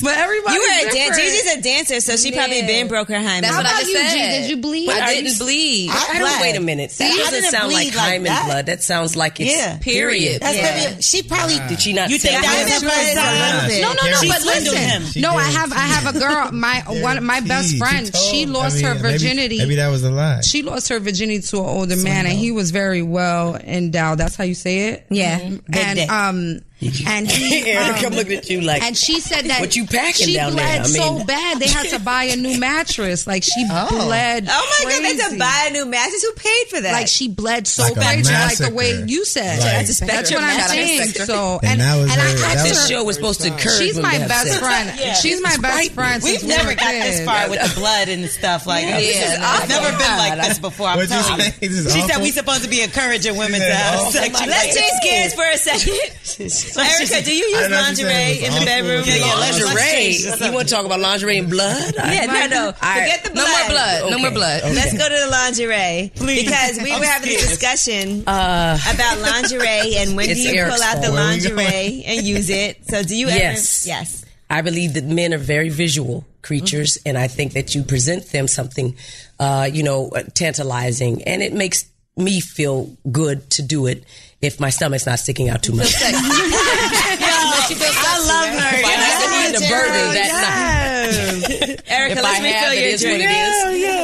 S7: But everybody,
S10: You were a dancer.
S7: different.
S10: Gigi's a dancer, so she probably
S4: Yeah.
S10: been broke her hymen.
S4: That's what
S7: How
S4: I just
S7: about you, G?
S4: said.
S7: Did you bleed?
S4: I
S7: Are you-
S4: didn't bleed.
S5: I'm
S3: I don't,
S5: glad.
S3: wait a minute. That
S5: See, I
S3: doesn't
S5: didn't
S3: sound like
S5: bleed like
S3: hymen
S5: that.
S3: blood. That sounds like it's
S5: Yeah.
S3: period.
S5: That's
S10: Yeah.
S5: probably, she probably.
S3: Did she not
S5: You
S3: tell
S5: think
S3: you?
S5: that was her first
S6: Yeah,
S5: time?
S6: she
S7: No, no, no.
S6: guaranteed-
S5: She
S7: But
S5: swindled
S7: listen,
S5: him.
S6: She
S7: no, I have I
S6: guaranteed.
S7: have a girl. My one, my best
S6: Guaranteed.
S7: friend.
S6: told.
S7: She lost
S6: I mean,
S7: her
S6: maybe-
S7: virginity.
S6: Maybe that was a lie.
S7: she lost her virginity to an older man, and he was very well endowed. That's how you say it.
S10: Yeah.
S7: and
S5: dick.
S7: um, and he,
S3: Erica,
S7: um,
S3: I'm looking at you like.
S7: and she said that
S3: What you packing
S7: she
S3: down
S7: bled
S3: there? I
S7: so
S3: mean-
S7: bad they had to buy a new mattress. Like she bled.
S10: Oh my
S7: crazy.
S10: god, that's a buy a new mattress. Who paid for that?
S7: Like she bled so
S6: Like a
S7: crazy, like the way
S6: massacre.
S7: you said.
S6: Like- That's
S7: that's,
S6: a
S7: what
S4: spectrum.
S7: I'm
S4: Shout out to
S7: saying.
S4: spectrum.
S7: So
S6: And that was
S7: I
S6: her- that
S7: asked
S6: was-
S3: this
S7: her-
S3: show was supposed to encourage
S7: She's
S3: women
S7: my
S3: to have
S7: best
S3: sex.
S7: friend. She's my best friend.
S5: We've
S7: since we
S5: never
S7: were
S5: got
S7: kids.
S5: this far with the blood and the stuff like
S4: Yeah,
S5: this.
S4: this is
S5: It's never
S4: awful.
S5: been like this before. I'm
S6: What'd you
S5: telling you.
S6: say? This is
S5: She said
S6: awful?
S5: we supposed to be encouraging women to
S6: said
S5: have
S6: awful.
S5: sex. She
S10: Let's
S5: like-
S10: change gears for a second. Erica, do
S6: I
S10: you use
S6: know she said it
S10: lingerie
S6: was
S10: in the
S6: awful.
S10: bedroom?
S6: Yeah, yeah,
S5: let's- let's
S3: Lingerie.
S5: change this
S3: You want to talk about lingerie and blood? I-
S10: Yeah, no, no.
S3: All right.
S10: Forget the
S4: No
S10: blood.
S4: more blood. No
S3: Okay.
S4: more blood.
S10: Let's go to the lingerie,
S5: Please.
S10: because we
S5: I'm
S10: were having a
S5: scared.
S10: discussion about lingerie and when do
S3: It's
S10: you
S3: Eric's
S10: pull out the
S3: fault.
S6: Where we going?
S10: lingerie and use it. So do you ever?
S3: Yes.
S10: Yes.
S3: I believe that men are very visual creatures, and I think that you present them something, uh, you know, tantalizing, and it makes me feel good to do it if my stomach's not sticking out too much.
S10: I love her.
S3: If I'm not eating a burger that
S10: night. Erica,
S3: If I
S10: let's
S3: have,
S10: refill
S3: it
S10: your
S3: is what it
S10: drink.
S3: is,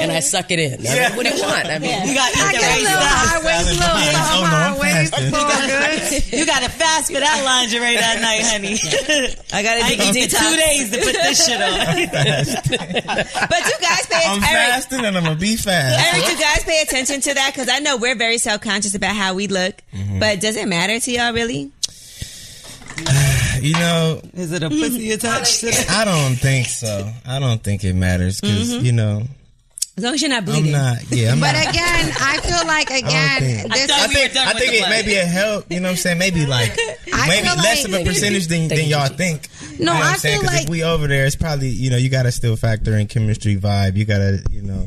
S3: and I suck it in. I mean, what do you want? I mean,
S5: You got to eat the
S7: Get a
S5: right
S7: little
S5: stuff.
S7: high waist, little
S6: Yeah, I don't know, I'm
S7: high waist.
S6: fasting.
S7: it's all good.
S5: You got to fast for that lingerie that night, honey.
S10: I gotta
S5: I ain't
S10: do
S5: eating
S10: detox.
S5: two days to put this shit on.
S10: But you guys pay
S6: I'm
S10: Eric,
S6: fasting and I'm gonna be fast.
S10: Eric, you guys pay attention to that because I know we're very self conscious about how we look. But does it matter to y'all really?
S6: You know,
S5: Is it a pussy attached to that?
S6: I don't think so. I don't think it matters because you know
S10: As long as you're not
S6: I'm
S10: bleeding.
S6: not. Yeah, I'm
S7: But
S6: not.
S7: again, I feel like again,
S6: think-
S7: this
S5: I
S6: I
S5: we were
S6: think
S5: done
S6: I
S5: with
S6: think
S5: the
S6: it
S5: blood.
S6: maybe it help. You know what I'm saying? Maybe like
S7: I
S6: maybe
S7: feel
S6: less
S7: like-
S6: of a percentage than,
S3: Thank
S6: than
S3: you,
S6: y'all
S3: Gigi.
S6: think.
S7: No,
S6: you know what
S7: I
S6: I'm saying?
S7: feel
S6: 'Cause
S7: like-
S6: if we over there, it's probably you know you got to still factor in chemistry, vibe. You got to you know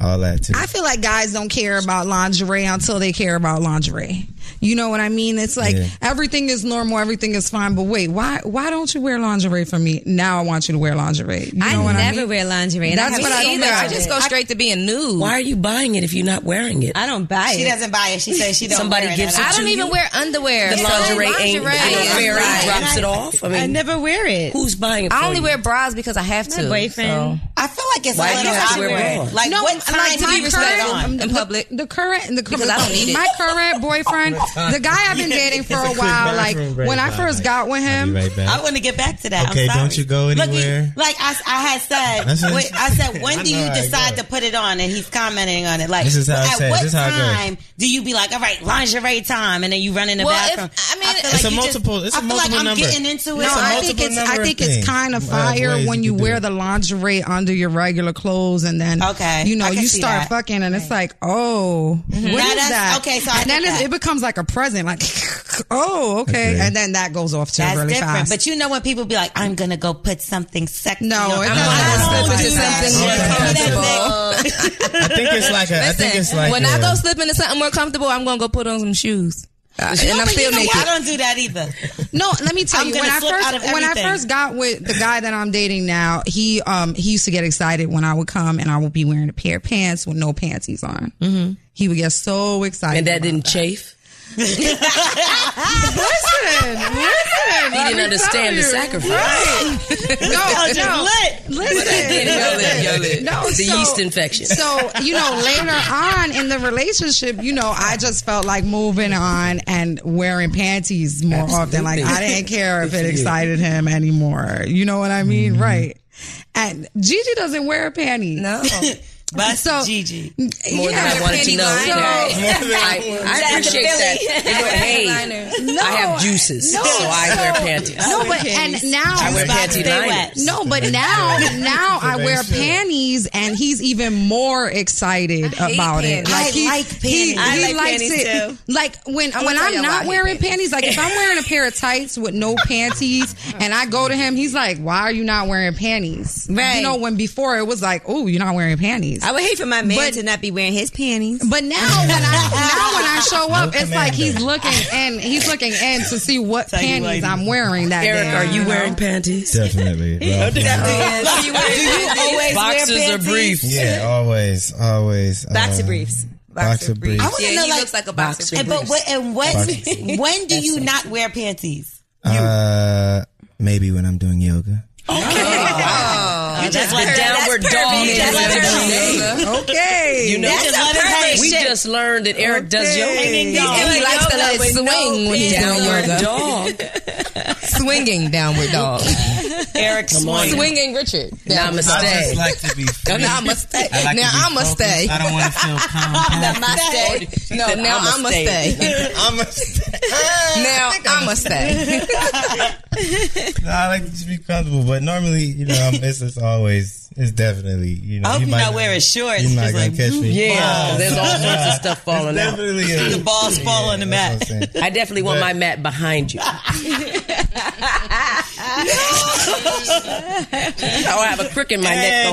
S6: all that too.
S7: I feel like guys don't care about lingerie until they care about lingerie. You know what I mean? It's like
S6: Yeah.
S7: everything is normal, everything is fine, but wait, why why don't you wear lingerie for me? Now I want you to wear lingerie. You know
S10: I
S7: what
S10: never
S7: I mean?
S10: wear lingerie. and
S7: That's
S10: have
S7: what
S10: so
S7: I don't
S10: much
S4: Either I
S10: of
S4: just
S10: it.
S4: go straight to being nude.
S3: why are you buying it if you're not wearing it?
S10: I don't buy
S5: She
S10: it.
S5: doesn't buy it. She says she don't
S3: Somebody
S5: wear it.
S3: gives
S5: I
S3: it
S4: I
S5: don't-
S4: don't even wear underwear.
S3: the
S4: So
S3: lingerie, ain't
S4: lingerie
S3: ain't
S4: is
S3: fair.
S4: right.
S3: He drops it off. I mean,
S10: I never wear it.
S3: who's buying it?
S4: I
S3: for
S4: only
S3: you?
S4: wear bras because I have to.
S10: My boyfriend.
S4: so.
S5: I feel like it's
S3: Why
S5: a
S3: do you
S5: little
S3: have to wear
S5: awkward.
S3: bras?
S5: Like,
S7: No,
S5: what
S7: I'm
S5: time
S7: like
S5: do
S7: my
S5: you respect
S7: current,
S5: on?
S4: in public?
S7: The, current, the current,
S4: Because I don't need it.
S7: my current boyfriend, the guy I've been dating for
S6: It's a
S7: a
S6: quick
S7: while. Like
S6: bathroom break.
S7: when I
S6: Bye,
S7: first
S6: bye.
S7: got with
S6: I'll be
S7: him,
S6: right back.
S5: I want to get back to that.
S6: Okay,
S5: I'm sorry.
S6: don't you go
S5: Look, you-
S6: anywhere.
S5: like I, I had said,
S6: That's what-
S5: when- I said, when
S6: I
S5: do
S6: know
S5: you
S6: how it
S5: decide
S6: goes.
S5: to put it on? And he's commenting on it. Like,
S6: This is how I
S5: at
S6: said,
S5: what
S6: this is how it goes.
S5: time do you be like, all right, lingerie time, and then you run in the
S4: Well, if-
S5: bathroom?
S4: I mean,
S5: feel
S4: It's
S6: a
S5: you just-
S6: multiple- it's
S5: I
S6: a
S5: feel
S6: multiple
S5: like
S6: number.
S5: I'm getting into it.
S7: No,
S6: It's a
S7: I
S6: multiple
S7: think it's I
S6: number
S7: think
S6: of
S7: it's
S6: things.
S7: kind of
S6: Uh,
S7: fire
S6: ways
S7: when you
S6: you can do
S7: wear
S6: it.
S7: the lingerie under your regular clothes and then
S5: Okay,
S7: you know
S5: I can
S7: you
S5: see
S7: start
S5: that. Mm-hmm.
S7: fucking and it's like oh what is
S5: Now that's-
S7: that
S5: okay, so I
S7: and then
S5: get
S7: it,
S5: that.
S7: it becomes like a present like oh okay
S6: Agree.
S7: and then that goes off too
S5: That's
S7: really
S5: different.
S7: fast
S5: But you know when people be like, I'm gonna go put something sexy.
S7: No,
S5: on.
S7: it
S5: I'm
S7: doesn't
S5: like,
S7: work
S5: don't
S7: like
S5: do
S7: that.
S5: that.
S6: Okay.
S5: Don't do that,
S4: Comfortable.
S5: Nick.
S6: I think it's like a. I think it's like
S4: when
S6: a,
S4: I go slip into something more comfortable, I'm gonna go put on some shoes, Uh, and I'm
S5: But you
S4: still
S5: know what? I
S4: naked.
S5: don't do that either.
S7: No, let me tell
S5: I'm
S7: you.
S5: gonna
S7: When I
S5: slip out of
S7: first when I
S5: everything.
S7: first got with the guy that I'm dating now, he um he used to get excited when I would come and I would be wearing a pair of pants with no panties on. Mm-hmm. He would get so excited.
S3: and that
S7: about
S3: didn't chafe.
S7: Listen, listen.
S3: He didn't understand the sacrifice.
S7: No, no.
S3: Yo,
S7: Listen.
S3: lid, yo, lid.
S7: No,
S3: the
S7: so-
S3: yeast infection.
S7: So, you know, later on in the relationship, you know, I just felt like moving on and wearing panties more often. Like, I didn't care if it excited him anymore. You know what I mean?
S3: Mm-hmm.
S7: Right. And Gigi doesn't wear a panty.
S4: No.
S5: Bust
S7: So-
S5: Gigi.
S3: More than I wanted to know.
S4: liner.
S3: I, I appreciate that. You know, hey, I have juices, so I wear panties.
S7: No, but and now
S3: I wear
S5: About to
S3: panty
S5: stay
S3: liners.
S5: wet.
S7: No, but now now I
S6: they
S7: wear
S6: should.
S7: panties, and he's even more excited about it.
S4: panties.
S5: I like
S7: He,
S5: panties.
S7: he
S5: I like
S7: likes it.
S5: panties,
S7: Like when when
S4: tell
S7: I'm
S4: y'all why I
S7: not
S4: hate
S7: wearing panties, like if I'm wearing a pair of tights with no panties, and I go to him, he's like, "Why are you not wearing panties?"
S10: Right.
S7: You know, when before it was like, "Oh, you're not wearing panties."
S10: I would hate for my man
S7: But-
S10: to not be wearing his panties.
S7: But now when I now when I show up, it's like
S6: commando.
S7: he's looking and he's looking in to see what
S5: you
S7: panties
S5: later.
S7: I'm wearing that
S3: Eric,
S7: day.
S3: are you
S7: know?
S3: wearing panties?
S6: Definitely. Ralph Lauren.
S5: Do you always
S3: Boxers
S5: wear
S3: or
S5: panties?
S3: briefs?
S6: Yeah, always, always.
S10: Boxer
S6: uh,
S10: briefs.
S6: Boxer briefs.
S5: I want
S4: Yeah,
S5: to
S4: he
S5: know, like,
S4: looks like a boxer.
S5: and, but what, and what,
S6: Boxer.
S5: when do you not wear panties?
S6: Uh, maybe when I'm doing yoga.
S5: Just let
S3: Downward dog. is
S5: Oh, That's
S3: what
S5: perfect.
S3: we need.
S7: Okay.
S3: You know,
S5: That's a
S3: we
S5: perfect
S3: we
S5: shit.
S3: just learned that Eric does yoga.
S5: He's doing
S4: And he likes to let it swing when he's doing
S3: Downward
S4: yoga.
S3: dog. Oh,
S4: Swinging downward dog.
S5: Eric Swan.
S4: Swinging Richard.
S6: I
S4: Namaste.
S6: just like to be free.
S4: Namaste.
S6: I like to
S4: now
S6: be
S4: I'ma
S6: focused.
S4: stay.
S6: I don't want to feel compound.
S4: Namaste. No,
S3: said,
S4: now
S3: "I'ma
S4: I'ma
S3: stay."
S4: stay.
S6: I'ma stay.
S4: Now I'ma stay.
S6: No, I like to just be comfortable, but normally, you know, I'm, it's just always, it's definitely, you know.
S5: I hope
S6: you
S5: you're
S6: might
S5: not wearing shorts.
S6: You
S5: Just
S6: might gonna
S5: like,
S6: catch me.
S3: Yeah,
S6: Balls.
S3: there's all sorts of stuff falling out.
S6: Definitely a-
S5: The balls fall on the mat.
S6: that's what I'm saying.
S3: I definitely want my mat behind you. I'll have a crook in my neck the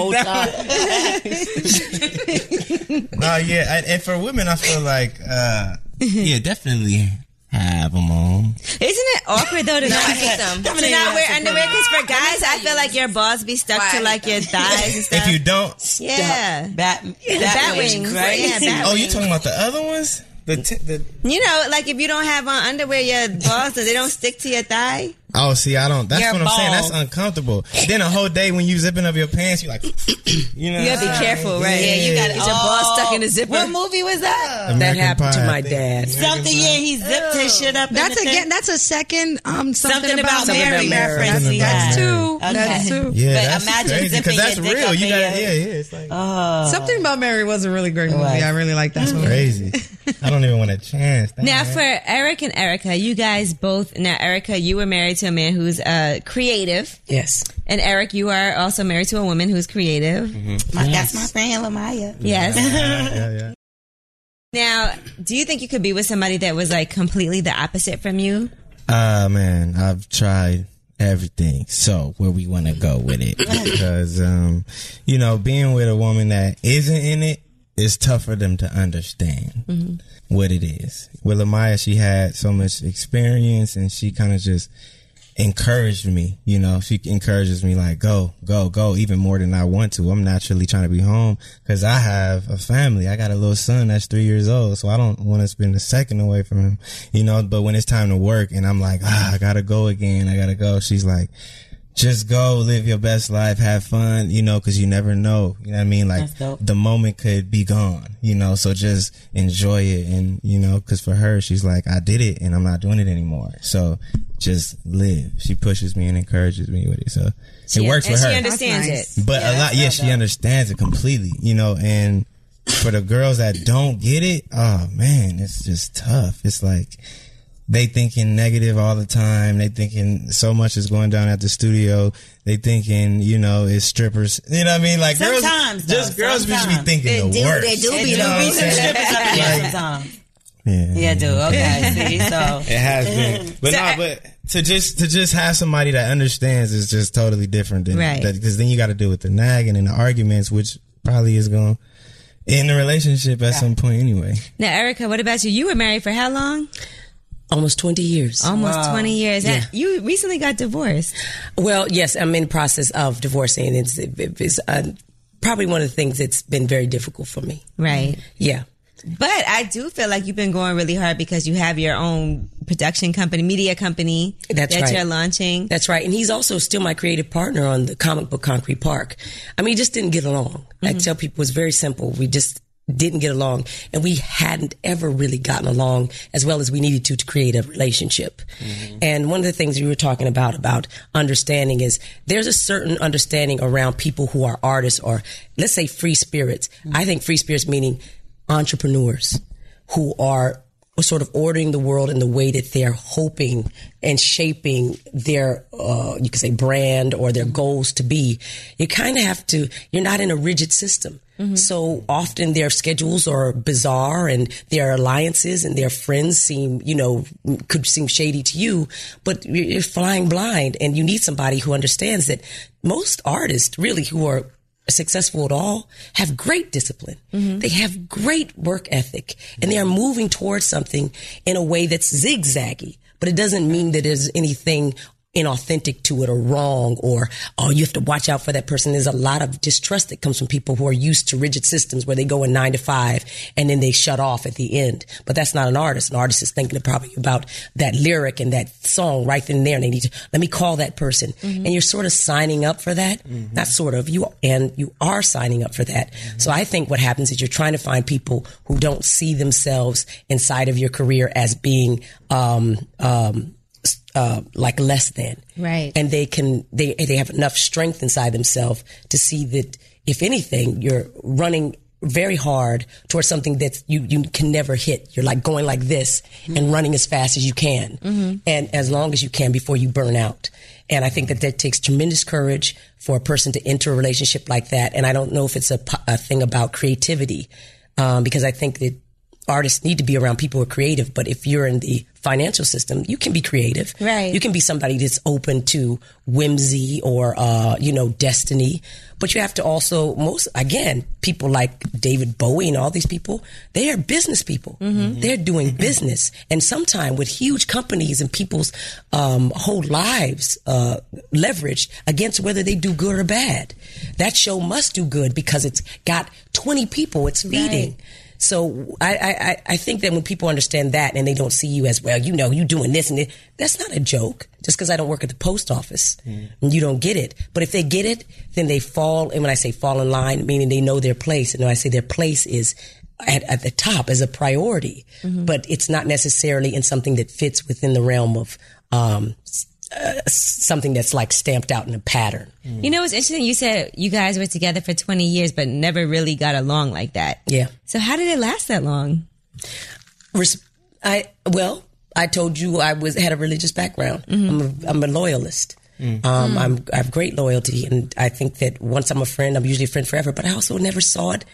S3: whole time.
S6: No, yeah, and, and for women, I feel like, uh, yeah, definitely have them on.
S10: Isn't it awkward though to not,
S4: them.
S10: to not wear underwear? Because for guys, I feel like your balls be stuck
S4: Why?
S10: to like your thighs and stuff.
S6: If you don't,
S10: yeah.
S5: Bat,
S10: bat
S5: bat
S10: wings.
S5: wings, right?
S10: Yeah, bat
S6: oh, you talking about the other ones? The, t- the
S10: You know, like if you don't have on underwear, your balls they don't stick to your thigh.
S6: Oh, see, I don't. That's
S5: Your
S6: what I'm saying. That's
S5: balls.
S6: uncomfortable. Then a whole day when you zipping up your pants, you like, you know,
S10: You gotta be careful, right?
S6: Yeah, you gotta-
S10: get your balls stuck in the zipper.
S5: What movie was that?
S3: That happened to my dad.
S5: Something, yeah, he zipped his shit up. in
S7: That's
S5: the thing.
S7: again. That's a second. Um, something,
S5: Something
S7: about,
S5: about Mary
S7: Mary.
S5: reference.
S7: That's,
S6: Something about
S7: that's
S6: Mary.
S7: two.
S5: Okay.
S7: That's two.
S6: Yeah,
S5: But
S6: that's
S5: imagine
S6: crazy because
S5: zipping
S6: that's
S5: your dick
S6: real.
S5: up Oh.
S6: You
S5: in
S6: gotta, yeah,
S5: your-
S6: yeah. It's like
S7: Something about Mary was a really great movie.
S5: was.
S7: I really like
S6: Mm-hmm.
S7: that movie.
S6: crazy. I don't even want a chance. Damn,
S10: Now,
S6: man.
S10: for Eric and Erica, you guys both. Now, Erica, you were married to a man who's uh, creative,
S3: Yes.
S10: and Eric, you are also married to a woman who's creative.
S5: My- That's my friend Lamaya.
S10: Yes.
S6: Mm-hmm. yeah, yeah, yeah.
S10: now, do you think you could be with somebody that was like completely the opposite from you?
S6: Ah man, I've tried everything. So where we want to go with it? Because um, you know, being with a woman that isn't in it is tough for them to understand what it is. With Amaya, she had so much experience, and she kind of just encouraged me. You know, she encourages me like, go, go, go, even more than I want to. I'm naturally trying to be home because I have a family. I got a little son that's three years old, so I don't want to spend a second away from him. You know, but when it's time to work and I'm like, ah, I gotta go again. I gotta go. She's like, just go live your best life, have fun, you know, cause you never know. You know what I mean? Like
S5: That's dope.
S6: the moment could be gone, you know, so just enjoy it. And, you know, cause for her, she's like, I did it and I'm not doing it anymore. So just live. She pushes me and encourages me with it. So it works
S10: and
S6: for
S10: She
S6: her.
S10: understands
S7: That's
S10: it.
S6: But a lot, yeah, she understands it completely, you know. And for the girls that don't get it, oh man, it's just tough. It's like they thinking negative all the time. They thinking so much is going down at the studio. They thinking, you know, it's strippers. You know what I mean? Like
S5: Sometimes,
S6: girls, just
S5: though,
S6: girls we should be
S5: sometimes.
S6: thinking the worst.
S5: It
S6: You
S5: do
S6: know what
S5: be
S6: I'm
S5: some
S6: saying?
S5: strippers up there sometimes.
S6: Yeah.
S5: Yeah, dude. Okay, see, so
S6: It has been, but no, but to just to just have somebody that understands is just totally different than
S10: Right.
S6: Because then you got to deal with the nagging and the arguments, which probably is going to end the relationship at some point anyway.
S10: Now, Erica, what about you? You were married for how long?
S3: Almost 20 years.
S5: Oh,
S10: Almost 20 years.
S3: Yeah.
S10: You recently got divorced.
S3: Well, yes, I'm in the process of divorcing. It's, it's uh, probably one of the things that's been very difficult for me.
S10: Right.
S3: Yeah.
S10: But I do feel like you've been going really hard because you have your own production company, media company
S3: That's
S10: that
S3: right.
S10: you're launching.
S3: That's right. And he's also still my creative partner on the comic book Concrete Park. I mean, he just didn't get along. I tell people it was very simple. We just didn't get along and we hadn't ever really gotten along as well as we needed to to create a relationship. And one of the things we were talking about, about understanding is there's a certain understanding around people who are artists or let's say free spirits. I think free spirits meaning entrepreneurs who are sort of ordering the world in the way that they're hoping and shaping their, uh, you could say, brand or their goals to be. You kind of have to, you're not in a rigid system. So often their schedules are bizarre and their alliances and their friends seem, you know, could seem shady to you, but you're flying blind and you need somebody who understands that most artists really who are successful at all have great discipline. They have great work ethic and they are moving towards something in a way that's zigzaggy, but it doesn't mean that there's anything inauthentic to it or wrong or, oh, you have to watch out for that person. There's a lot of distrust that comes from people who are used to rigid systems where they go in nine to five and then they shut off at the end. But that's not an artist. An artist is thinking probably about that lyric and that song right then and there. And they need to, let me call that person. And you're sort of signing up for that. Not sort of. You, and you are signing up for that. So I think what happens is you're trying to find people who don't see themselves inside of your career as being, um, um, uh, like less than.
S10: Right.
S3: And they can they they have enough strength inside themselves to see that if anything you're running very hard towards something that you you can never hit. You're like going like this and running as fast as you can and as long as you can before you burn out. And I think that that takes tremendous courage for a person to enter a relationship like that. And I don't know if it's a, po- a thing about creativity, um, because I think that artists need to be around people who are creative. But if you're in the financial system, you can be creative.
S10: Right.
S3: You can be somebody that's open to whimsy or, uh, you know, destiny. But you have to also, most, again, people like David Bowie and all these people, they are business people. They're doing business. And sometimes with huge companies and people's um, whole lives uh, leveraged against whether they do good or bad. That show must do good because it's got 20 people it's feeding. So I, I, I- I think that when people understand that and they don't see you as well, you know, you doing this and that, that's not a joke. Just because I don't work at the post office, you don't get it. But if they get it, then they fall. And when I say fall in line, meaning they know their place. And when I say their place is at, at the top as a priority, but it's not necessarily in something that fits within the realm of um, s- uh, s- something that's like stamped out in a pattern.
S6: Mm.
S10: You know, it's interesting. You said you guys were together for 20 years, but never really got along like that.
S3: Yeah.
S10: So how did it last that long?
S3: res- I well, I told you I was had a religious background.
S10: Mm-hmm.
S3: I'm, a, I'm a loyalist.
S10: Mm.
S3: Um, I'm I have great loyalty, and I think that once I'm a friend, I'm usually a friend forever. But I also never saw it.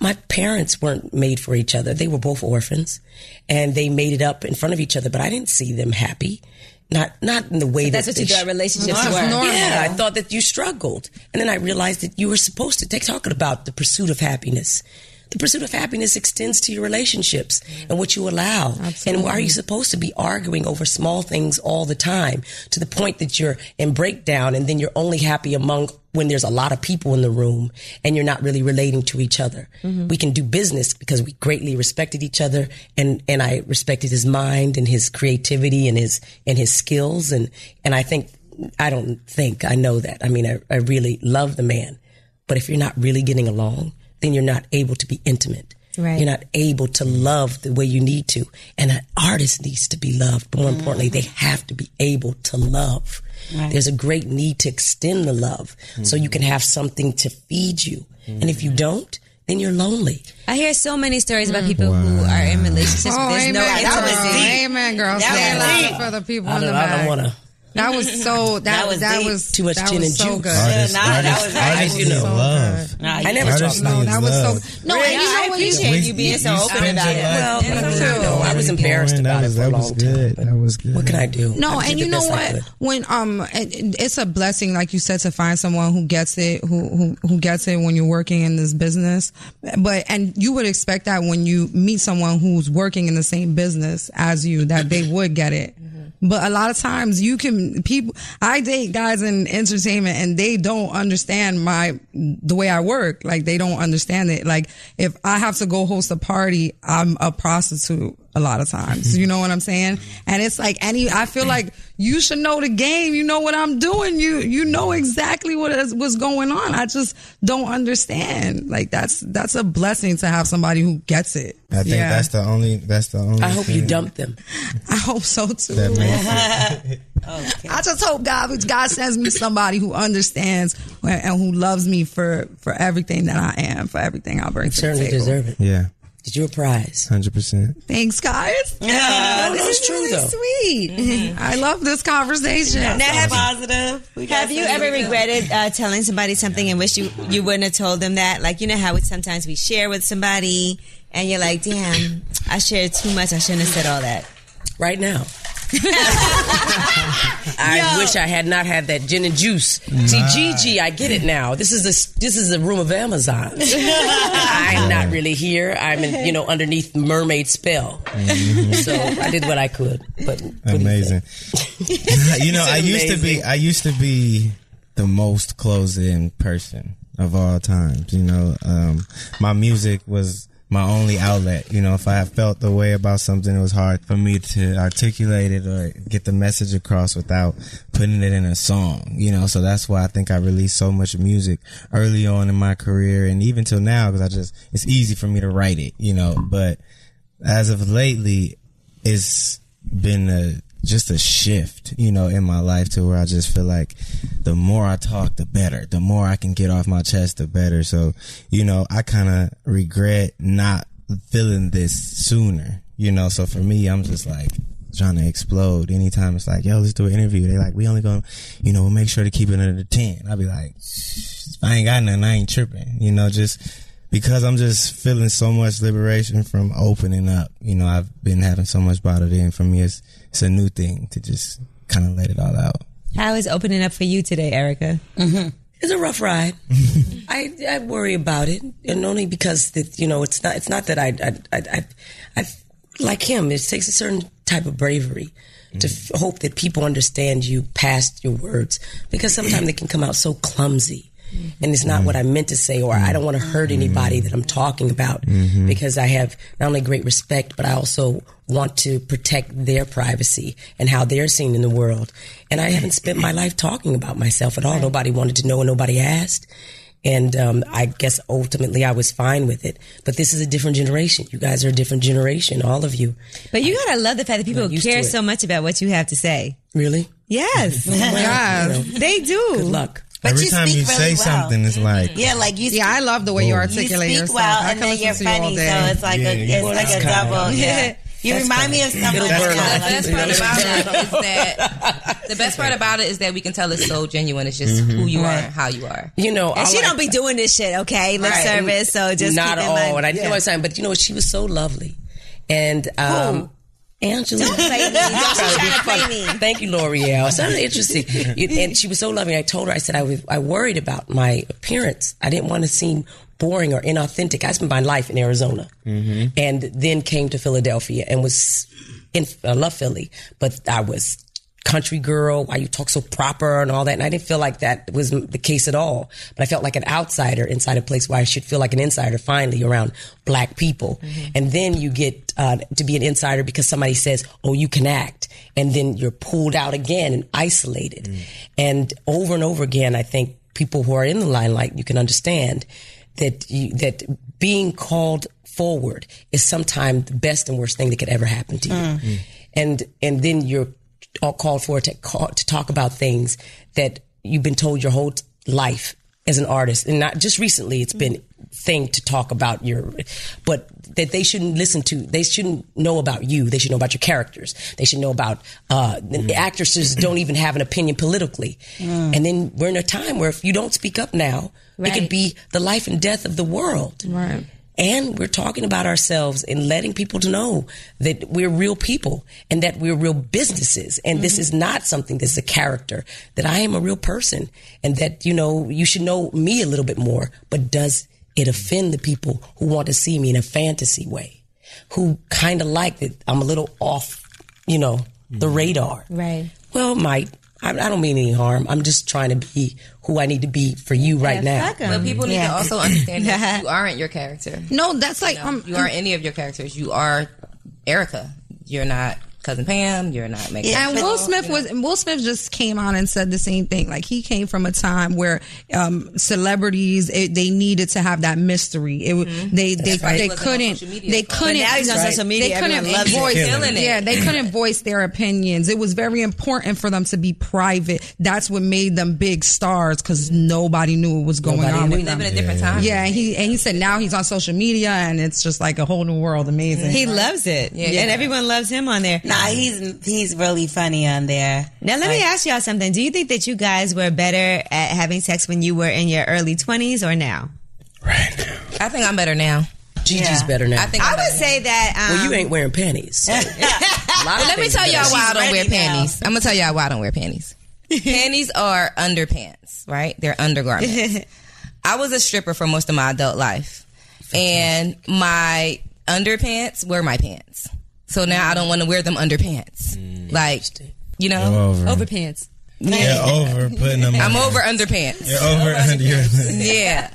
S3: My parents weren't made for each other. They were both orphans, and they made it up in front of each other. But I didn't see them happy. Not not in the way
S10: That's
S3: that
S10: what you
S3: they
S10: thought
S3: sh-
S10: relationships
S7: That's
S10: were.
S7: normal.
S3: yeah, I thought that you struggled. And then I realized that you were supposed to. They're talking about the pursuit of happiness. The pursuit of happiness extends to your relationships and what you allow. And why are you supposed to be arguing over small things all the time to the point that you're in breakdown and then you're only happy among when there's a lot of people in the room and you're not really relating to each other. We can do business because we greatly respected each other and, and I respected his mind and his creativity and his, and his skills. And, and I think I don't think I know that. I mean, I, I really love the man, but if you're not really getting along, then you're not able to be intimate.
S10: Right.
S3: You're not able to love the way you need to. And an artist needs to be loved. But more
S7: Mm-hmm.
S3: importantly, they have to be able to love. There's a great need to extend the love so
S7: Mm-hmm.
S3: you can have something to feed you. And if you don't, then you're lonely.
S10: I hear so many stories
S5: Mm.
S10: about people who are in relationships.
S7: Oh,
S10: there's
S7: amen,
S10: no
S7: girl.
S5: that was
S10: intimacy.
S5: deep.
S7: Amen, girl.
S5: That
S7: Stay
S5: was
S7: alive
S5: deep.
S7: for the people
S3: I
S7: in
S3: don't,
S7: the
S3: I don't
S7: back.
S3: want to.
S7: That was so. That,
S5: That
S7: was
S5: was
S7: that
S5: deep.
S7: was
S3: Too much
S7: that
S3: gin
S7: was
S3: and
S7: so
S3: juice.
S7: Good.
S6: Artists,
S5: Nah, that
S6: artists,
S5: was right.
S6: artists
S3: You
S6: need
S3: know.
S6: love.
S5: Nah,
S3: I never
S6: Artists
S3: talked.
S6: need
S7: that was
S6: love.
S7: so. No,
S5: Really?
S7: and you
S5: I
S7: know what?
S5: appreciate
S6: We-
S5: you being so
S6: you
S5: open
S6: spend
S5: about
S6: your
S5: it.
S6: life "Oh,
S3: Well,
S6: trying to
S3: that's
S6: get
S3: true. No, I was
S6: it
S3: embarrassed
S6: going.
S3: about it
S6: that was,
S3: for a
S6: that
S3: long
S6: was good. That was good.
S3: What can I do? I
S7: No,
S3: did
S7: and
S3: the
S7: you know
S3: best
S7: what?
S3: I could.
S7: When um, it, it's a blessing, like you said, to find someone who gets it, who, who who gets it when you're working in this business. But and you would expect that when you meet someone who's working in the same business as you, that they would get it. But a lot of times you can people I date guys in entertainment and they don't understand my the way I work. Like they don't understand it. Like if I have to go host a party, I'm a prostitute a lot of times. You know what I'm saying? And it's like any I feel like you should know the game. You know what I'm doing. You you know exactly what is what's going on. I just don't understand. Like that's that's a blessing to have somebody who gets it.
S6: I think
S7: Yeah.
S6: that's the only. That's the only.
S3: I hope you
S6: thing
S3: dump them.
S7: I hope so too.
S6: That makes it-
S7: I just hope God God sends me somebody who understands and who loves me for for everything that I am, for everything I bring to the
S3: Certainly
S7: table.
S3: deserve it.
S6: yeah,
S3: Did you a prize?
S6: hundred percent.
S7: Thanks, guys.
S5: Yeah,
S3: no, it's true though.
S7: Sweet. I love this conversation.
S10: Now, have,
S5: positive. We got
S10: have you
S5: some-
S10: ever regretted uh, telling somebody something and wish you, you wouldn't have told them that? Like, you know how we, sometimes we share with somebody and you're like, damn, I shared too much. I shouldn't have said all that.
S3: Right now. I wish I had not had that gin and juice. See, GG, I get it now. This is a, this is a room of Amazon. I'm not really here. I'm in, you know underneath mermaid spell. So I did what I could. But what do you
S6: Amazing. you know, I used to be.
S3: amazing?
S6: I used to be the most closed-in person of all times. You know, um, my music was my only outlet. You know, if I felt the way about something, it was hard for me to articulate it or get the message across without putting it in a song. You know, so that's why I think I released so much music early on in my career and even till now because I just it's easy for me to write it. You know, but as of lately, it's been a just a shift, you know, in my life to where I just feel like the more I talk, the better. The more I can get off my chest, the better. So, you know, I kind of regret not feeling this sooner, you know. So for me, I'm just like trying to explode. Anytime it's like, yo, let's do an interview. They like, we only going, to you know, we'll make sure to keep it under 10. I'll be like, if I ain't got nothing, I ain't tripping. You know, just because I'm just feeling so much liberation from opening up. You know, I've been having so much bottled in for me. It's it's a new thing to just kind of let it all out.
S10: How is opening up for you today, Erica?
S3: it's a rough ride. I, I worry about it, and only because that you know it's not it's not that I I I, I, I like him. It takes a certain type of bravery to f- hope that people understand you past your words, because sometimes they can come out so clumsy. And it's not what I meant to say, or I don't want to hurt anybody that I'm talking about because I have not only great respect, but I also want to protect their privacy and how they're seen in the world. And I haven't spent my life talking about myself at all. Nobody wanted to know and nobody asked. And um, I guess ultimately I was fine with it. But this is a different generation. You guys are a different generation, all of you.
S10: But you gotta love the fact that people
S3: used to
S10: care
S3: it.
S10: so much about what you have to say.
S3: Really?
S10: Yes,
S3: Well, you know,
S10: they do.
S3: good luck.
S5: But
S6: Every
S5: you
S6: time
S5: speak
S6: you
S5: really
S6: say
S5: well. Mm-hmm.
S6: something, it's like
S5: Yeah, like you.
S7: Yeah, I love the way you
S5: you
S7: articulate
S5: speak
S7: yourself.
S5: well,
S7: I can
S5: and then
S7: listen to you
S5: you're
S7: all
S5: funny, so
S7: day.
S5: it's like
S6: Yeah,
S5: a,
S6: you
S5: it's
S6: work
S5: like a
S3: kinda.
S5: double. Yeah, you remind me of someone.
S3: It'll burn off.
S5: that's kinda like
S4: best part about it is that
S5: that.
S4: the best part about it is that we can tell it's so genuine. It's just who you are and how you are.
S3: You know,
S10: And
S3: all
S10: she
S3: I-
S10: don't be doing this shit, okay? Lip
S4: Right.
S10: service, so just
S3: not
S10: keep
S3: at
S10: in
S3: all.
S10: mind-
S3: and I didn't know what I was saying, but you know, what? she was so lovely. And um, Angela,
S10: play me. Don't you try to play me.
S3: Thank you, L'Oreal. Sounded interesting. It- and she was so loving. I told her, I said, I was, I worried about my appearance. I didn't want to seem boring or inauthentic. I spent my life in Arizona, and then came to Philadelphia and was in. I love Philly, but I was country girl. Why you talk so proper and all that? And I didn't feel like that was the case at all. But I felt like an outsider inside a place where I should feel like an insider. Finally, around black people, and then you get uh, to be an insider because somebody says, "Oh, you can act," and then you're pulled out again and isolated. And over and over again, I think people who are in the limelight, you can understand that you, that being called forward is sometimes the best and worst thing that could ever happen to you. And and then you're all called for to call, to talk about things that you've been told your whole t- life as an artist, and not just recently. It's been thing to talk about your, but that they shouldn't listen to. They shouldn't know about you. They should know about your characters. They should know about uh, the actresses don't even have an opinion politically. And then we're in a time where if you don't speak up now, it could
S10: Right.
S3: be the life and death of the world.
S7: Right.
S3: And we're talking about ourselves and letting people to know that we're real people and that we're real businesses. And this is not something that's a character, that I am a real person and that, you know, you should know me a little bit more. But does it offend the people who want to see me in a fantasy way, who kind of like that I'm a little off, you know, the radar.
S1: Right.
S3: Well, Mike, I, I don't mean any harm. I'm just trying to be who I need to be for you right now.
S1: But people need to also understand that you aren't your character.
S7: No, that's like um,
S1: You aren't any of your characters. You are Erica. You're not cousin Pam. You're not Megan.
S7: And Will Smith was Will Smith just came out and said the same thing. Like he came from a time where um, celebrities it, they needed to have that mystery. It mm they they,
S1: right.
S7: they
S1: He wasn't on
S7: couldn't
S1: social media
S7: they
S1: for- But
S7: couldn't
S10: now he's on
S7: Right.
S10: social media.
S7: They couldn't
S10: Everyone loves it.
S1: Boy,
S7: voice
S1: killing it.
S7: yeah they couldn't voice their opinions. It was very important for them to be private. That's what made them big stars because nobody knew what was going on
S1: We
S7: with
S1: live
S7: them.
S1: in a different time.
S7: Yeah, and he and he said now he's on social media and it's just like a whole new world. Amazing.
S10: He loves it.
S1: yeah.
S10: And everyone loves him on there.
S5: Nah, he's he's really funny on there.
S10: Now, let me ask y'all something. Do you think that you guys were better at having sex when you were in your early 20s or now?
S6: Right now.
S1: I think I'm better now.
S3: Gigi's better now.
S1: I think.
S10: I
S1: I'm
S10: would
S1: better
S10: say that. Um,
S3: well, you ain't wearing panties. so- A lot of
S1: Let me
S3: things
S1: tell
S3: are
S1: y'all
S3: better.
S1: why I don't wear
S5: ready now.
S1: panties. I'm gonna tell y'all why I don't wear panties. panties are underpants, right? They're undergarments. I was a stripper for most of my adult life, and my underpants were my pants. So now I don't want to wear them underpants. Like, you
S6: I'm
S1: know,
S6: Mm, over.
S11: Overpants.
S6: You're over putting them.
S1: I'm
S6: on.
S1: over underpants.
S6: You're over under your.
S1: Yeah.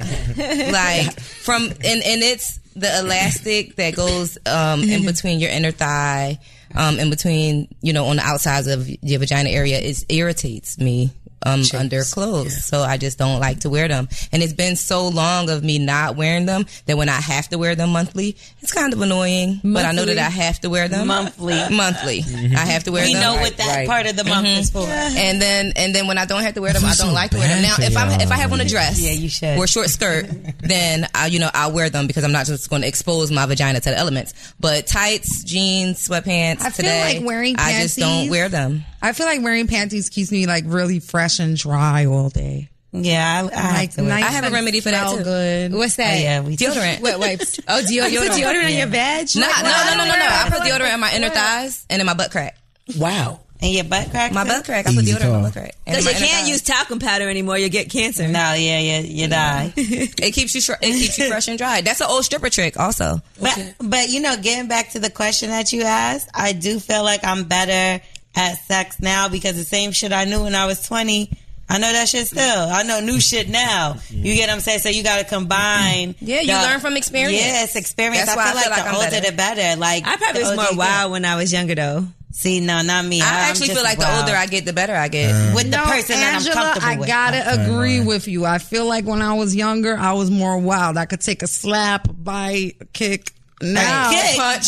S1: like from and and it's the elastic that goes um
S5: Mm-hmm.
S1: in between your inner thigh, um in between, you know, on the outsides of your vagina area it irritates me. Um, under clothes, so I just don't like to wear them, and it's been so long of me not wearing them that when I have to wear them monthly, it's kind of annoying. But I know that I have to wear them Uh,
S5: Monthly.
S1: Monthly, I have to wear
S5: We
S1: them.
S5: know what that
S3: right.
S5: part of the month
S1: Mm-hmm.
S5: is for.
S1: And then and then when I don't have to wear them, I
S6: Those
S1: don't
S6: are
S1: like to wear them.
S6: bad
S1: Now
S6: for
S1: if I
S6: y'all.
S1: if I have on a dress,
S5: Yeah, you should.
S1: or a short skirt, then I you know I'll wear them because I'm not just going to expose my vagina to the elements. But tights, jeans, sweatpants.
S7: I feel
S1: today,
S7: like wearing
S1: I just don't
S7: panties.
S1: wear them.
S7: I feel like wearing panties keeps me like really fresh and dry all day.
S5: Yeah, I, I have
S7: Like
S5: to. wear-
S7: nice
S1: I have a
S7: and
S1: remedy for that
S7: smell
S1: too.
S7: Good.
S11: What's
S5: Oh,
S11: that?
S5: yeah, we
S1: Deodorant.
S11: Wet wipes. Oh, deodorant. You put deodorant on your badge?
S1: No, no, no, no, no, no. I put deodorant in my inner thighs and in my butt crack.
S3: Wow.
S5: And your butt crack.
S1: My
S5: too?
S1: butt crack. I put
S6: Easy
S1: deodorant in my
S6: call.
S1: butt crack. And in
S10: Because
S1: my
S10: you
S1: inner
S10: can't
S1: thighs.
S10: use talcum powder anymore. You'll get cancer.
S5: No, yeah, yeah, you die.
S1: It keeps you. Short, it keeps you fresh and dry. That's an old stripper trick, also.
S5: But but you know, getting back to the question that you asked, I do feel like I'm better at sex now because the same shit I knew when I was 20, I know that shit still. I know new shit now. You get what I'm saying? So you got to combine.
S1: Mm-hmm. Yeah, you
S5: the-
S1: learn from experience.
S5: Yes, experience.
S1: That's
S5: I,
S1: why
S5: feel like the
S1: I'm
S5: older
S1: better.
S5: the better. Like
S10: I probably
S5: the
S10: was
S5: older
S10: more
S5: you
S10: wild when I was younger, though. Um,
S5: get. See, no, not me.
S1: I
S5: I'm
S1: actually
S5: just
S1: feel like the
S5: wild.
S1: older I get, the better I get.
S5: with the person
S7: Angela,
S5: that I'm comfortable
S7: I
S5: with.
S7: gotta agree with you. I feel like when I was younger, I was more wild. I could take a slap, bite, kick. Now,
S5: Kick,
S1: punch.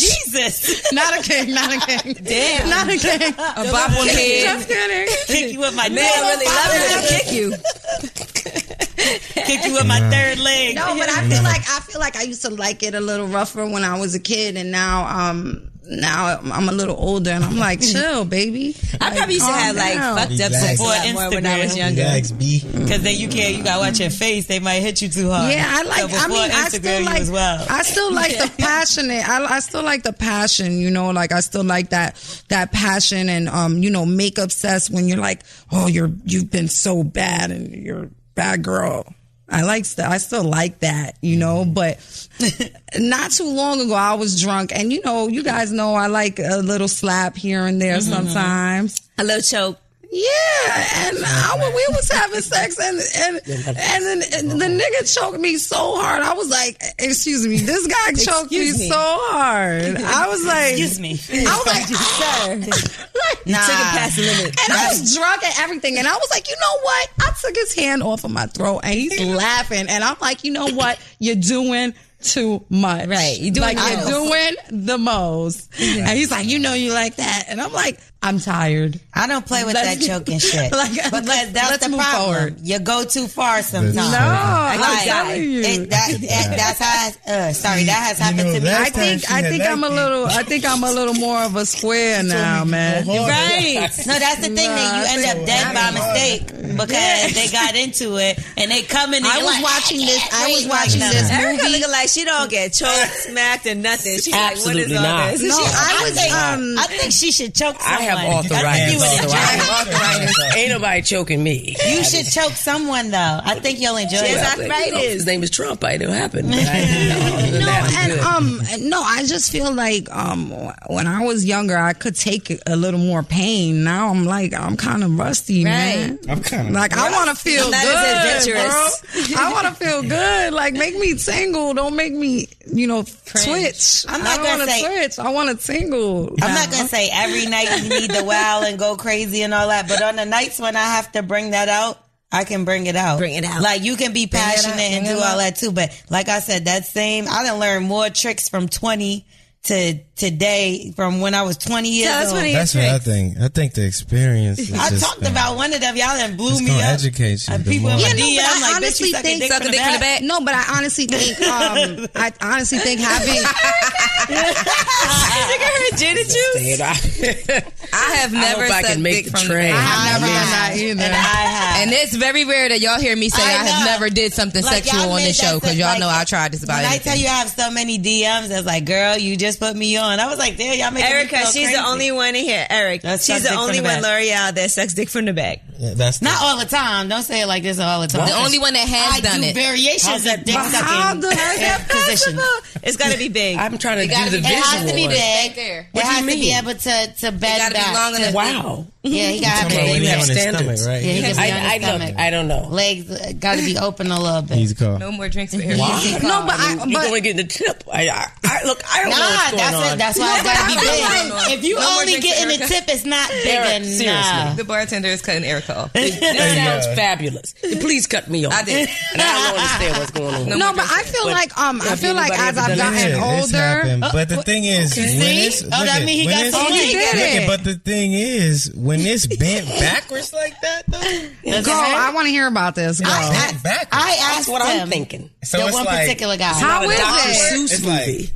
S5: Jesus,
S7: not a kick, not a kick, damn, not a kick.
S1: A bop on the head.
S7: Just kidding.
S5: kick you with my
S10: Man, I really
S5: really
S10: love it to kick you.
S5: kick you with my third leg.
S7: No, but I feel like I feel like I used to like it a little rougher when I was a kid, and now um now I'm a little older, and I'm like, chill, baby.
S10: I probably used to
S7: calm
S10: have like
S7: down.
S10: fucked up sex a
S6: Relax.
S10: lot more when I was
S5: Instagram.
S10: younger.
S6: Relax, B.
S5: Because then you can't, you gotta watch your face. They might hit you too hard.
S7: Yeah, I
S5: So
S7: like. I
S5: before
S7: mean, I
S5: Instagram,
S7: still
S5: you
S7: like.
S5: was wild.
S7: I still like the passionate. I, I still like the passion. You know, like I still like that that passion and um, you know, make obsessed when you're like, oh, you're you've been so bad and you're a bad girl. I like st- I still like that, you know,
S5: Mm-hmm.
S7: but not too long ago I was drunk and you know, you guys know I like a little slap here and there
S5: Mm-hmm.
S7: sometimes.
S10: A little choke.
S7: Yeah, and I wa- we was having sex, and and and then and the nigga choked me so hard. I was like, "Excuse me, this guy choked me,
S10: Excuse me.
S7: so hard." I was like,
S5: Excuse me.
S7: I was like, like
S5: Nah.
S10: Took it past the limit.
S7: and I was drunk and everything. And I was like, you know what? I took his hand off of my throat and he's laughing. And I'm like, you know what? You're doing too much. Right. You're doing, like, you're doing the most. And he's like, you know, you like that. And I'm like, I'm tired.
S5: I don't play with
S7: Let's-
S5: that choking shit.
S7: Like,
S5: because
S7: let's-
S5: that's
S7: let's
S5: the
S7: move
S5: problem.
S7: forward.
S5: You go too far sometimes.
S6: No,
S7: I'm
S5: Like,
S7: telling you.
S5: it- that, that- that's how. I, uh, sorry, that has happened
S6: know,
S5: to me.
S6: that's-
S7: I think I think I'm a little I think I'm a little more of a square now, man.
S6: Hold on.
S5: No, that's the thing that you end up dead by mistake. because they got into it and they coming.
S7: I was watching this. I was watching this
S10: Erica
S7: movie.
S10: looking like she don't get choked, smacked, and nothing. She's
S3: Absolutely
S10: like,
S3: not.
S10: what is all this?
S7: No,
S10: She-
S7: I was. Um,
S5: I think she should choke.
S3: I
S5: Someone.
S3: have arthritis.
S5: I think you
S3: So I
S5: would enjoy
S3: have arthritis. Ain't nobody choking me.
S5: You should choke someone though. I think you'll enjoy it.
S10: Yes, I-
S3: Like,
S10: Right
S3: you know,
S10: is.
S3: His name is Trump. I know happened. But I, no, other than
S7: no,
S3: that, I'm
S7: and
S3: good.
S7: um, no, I just feel like um, when I was younger, I could take a little more pain. Now I'm like, I'm kind of rusty, man.
S6: I'm kind of
S7: Like I want to feel
S10: Not as
S7: good,
S10: adventurous.
S7: bro. I want to feel good. Like make me tingle. Don't make me, you know, twitch.
S5: I'm
S7: I
S5: not
S7: don't
S5: gonna
S7: wanna
S5: say-
S7: twitch. I want to tingle.
S5: I'm not gonna say every night you need the wow and go crazy and all that, but on the nights when I have to bring that out, I can bring it out.
S10: Bring it out.
S5: Like you can be passionate and do all that too. But like I said, that same I done learned more tricks from twenty to today from when I was twenty years
S10: Tell us
S5: old.
S10: one of your
S6: That's what I
S10: tricks.
S6: think. I think the experience. Is
S5: I
S6: just,
S5: talked
S6: uh,
S5: about one of them. Y'all done blew
S6: It's
S5: me
S6: gonna
S5: up.
S6: educate you.
S5: And
S6: the
S5: people
S6: more-
S5: in my
S6: Yeah, no,
S5: DM
S7: but I
S5: like, bitch,
S7: honestly
S5: you suck a
S7: think-
S5: dick
S1: Suck
S5: from
S1: a
S5: the
S1: dick from the
S5: back.
S1: back.
S7: No, but I honestly think um, I honestly think having
S3: And I,
S1: I have
S3: I
S1: never
S3: hope I
S1: sucked
S3: can
S1: dick
S3: make the
S1: from the
S3: train.
S1: back.
S7: I never done that either.
S5: And I have.
S1: And it's very rare that y'all hear me say I,
S5: I
S1: have
S5: know.
S1: never did something
S5: Like, y'all
S1: sexual on
S5: made
S1: this
S5: that
S1: show because
S5: shit,
S1: y'all
S5: like,
S1: know I tried just about
S5: When I
S1: anything.
S5: tell you I have so many DMs that's like, girl, you just put me on. I was like, damn, y'all making
S10: Erica,
S5: me feel
S10: she's the
S5: crazy.
S10: only one in here. Eric,
S5: That
S10: she's
S5: sucks dick
S10: the
S5: from
S10: only
S5: the
S10: one
S5: back.
S10: L'Oreal that sucks dick from the back.
S6: yeah, that's
S5: Not all the time. Don't say it like this all the time.
S1: the only one that has
S5: I
S1: done
S5: do
S1: it.
S5: variations of dick sucking.
S7: how does that
S5: position.
S10: It's got to be big.
S3: I'm trying to do
S1: gotta be-
S3: the
S1: it
S5: It has to
S3: visual.
S5: be
S3: one.
S5: big.
S1: there.
S5: It has
S3: you
S5: to be
S3: mean?
S5: able to to
S1: gotta
S5: bend
S1: be long
S5: back.
S1: enough.
S3: Wow.
S5: Yeah, he got
S6: Talking
S5: to
S6: about
S5: be
S3: you
S6: when he
S3: have
S6: on his stomach,
S3: standards.
S6: right?
S5: Yeah, he
S6: He's-
S5: can be on
S3: I, I,
S5: his
S3: don't,
S5: stomach.
S3: I don't know.
S5: Legs got to be open a little bit.
S6: He's cool.
S1: No more drinks for Erica.
S7: no, but I
S3: You're
S7: but
S3: going to get the tip. I, I, I, look, I don't
S5: Nah,
S3: know what's going
S5: that's
S3: on.
S5: it. That's why it gotta be
S1: No,
S5: big.
S1: no, no, no.
S5: If you
S1: No more
S5: only
S1: drinks,
S5: getting a
S1: Erica.
S5: tip, it's not big
S3: Eric,
S5: enough.
S3: seriously.
S1: The bartender is cutting Erica off.
S3: This
S6: Yeah.
S3: sounds fabulous. Please cut me off.
S1: I did.
S3: And I don't understand what's going on.
S7: no, but I feel like um I
S3: Have
S7: feel like
S3: anybody
S7: as
S3: ever
S7: I've
S3: done
S7: gotten
S6: Yeah, it's happened.
S7: older.
S6: But the thing is, when
S5: Uh, See?
S6: it's
S5: Oh,
S6: look
S5: that
S6: at-
S5: mean he
S6: when
S5: got
S6: it's-
S5: some
S6: look
S5: dick.
S6: at-
S7: He did it.
S6: But the thing is, when it's bent backwards like that, though, it's
S7: Go, I want to hear about this. Go.
S6: bent backwards.
S5: I asked
S3: That's what I'm
S5: him,
S3: thinking.
S6: so
S5: the
S6: it's
S5: one
S6: like,
S5: particular guy.
S7: How is it?
S3: Seuss
S6: It's like-
S3: movie.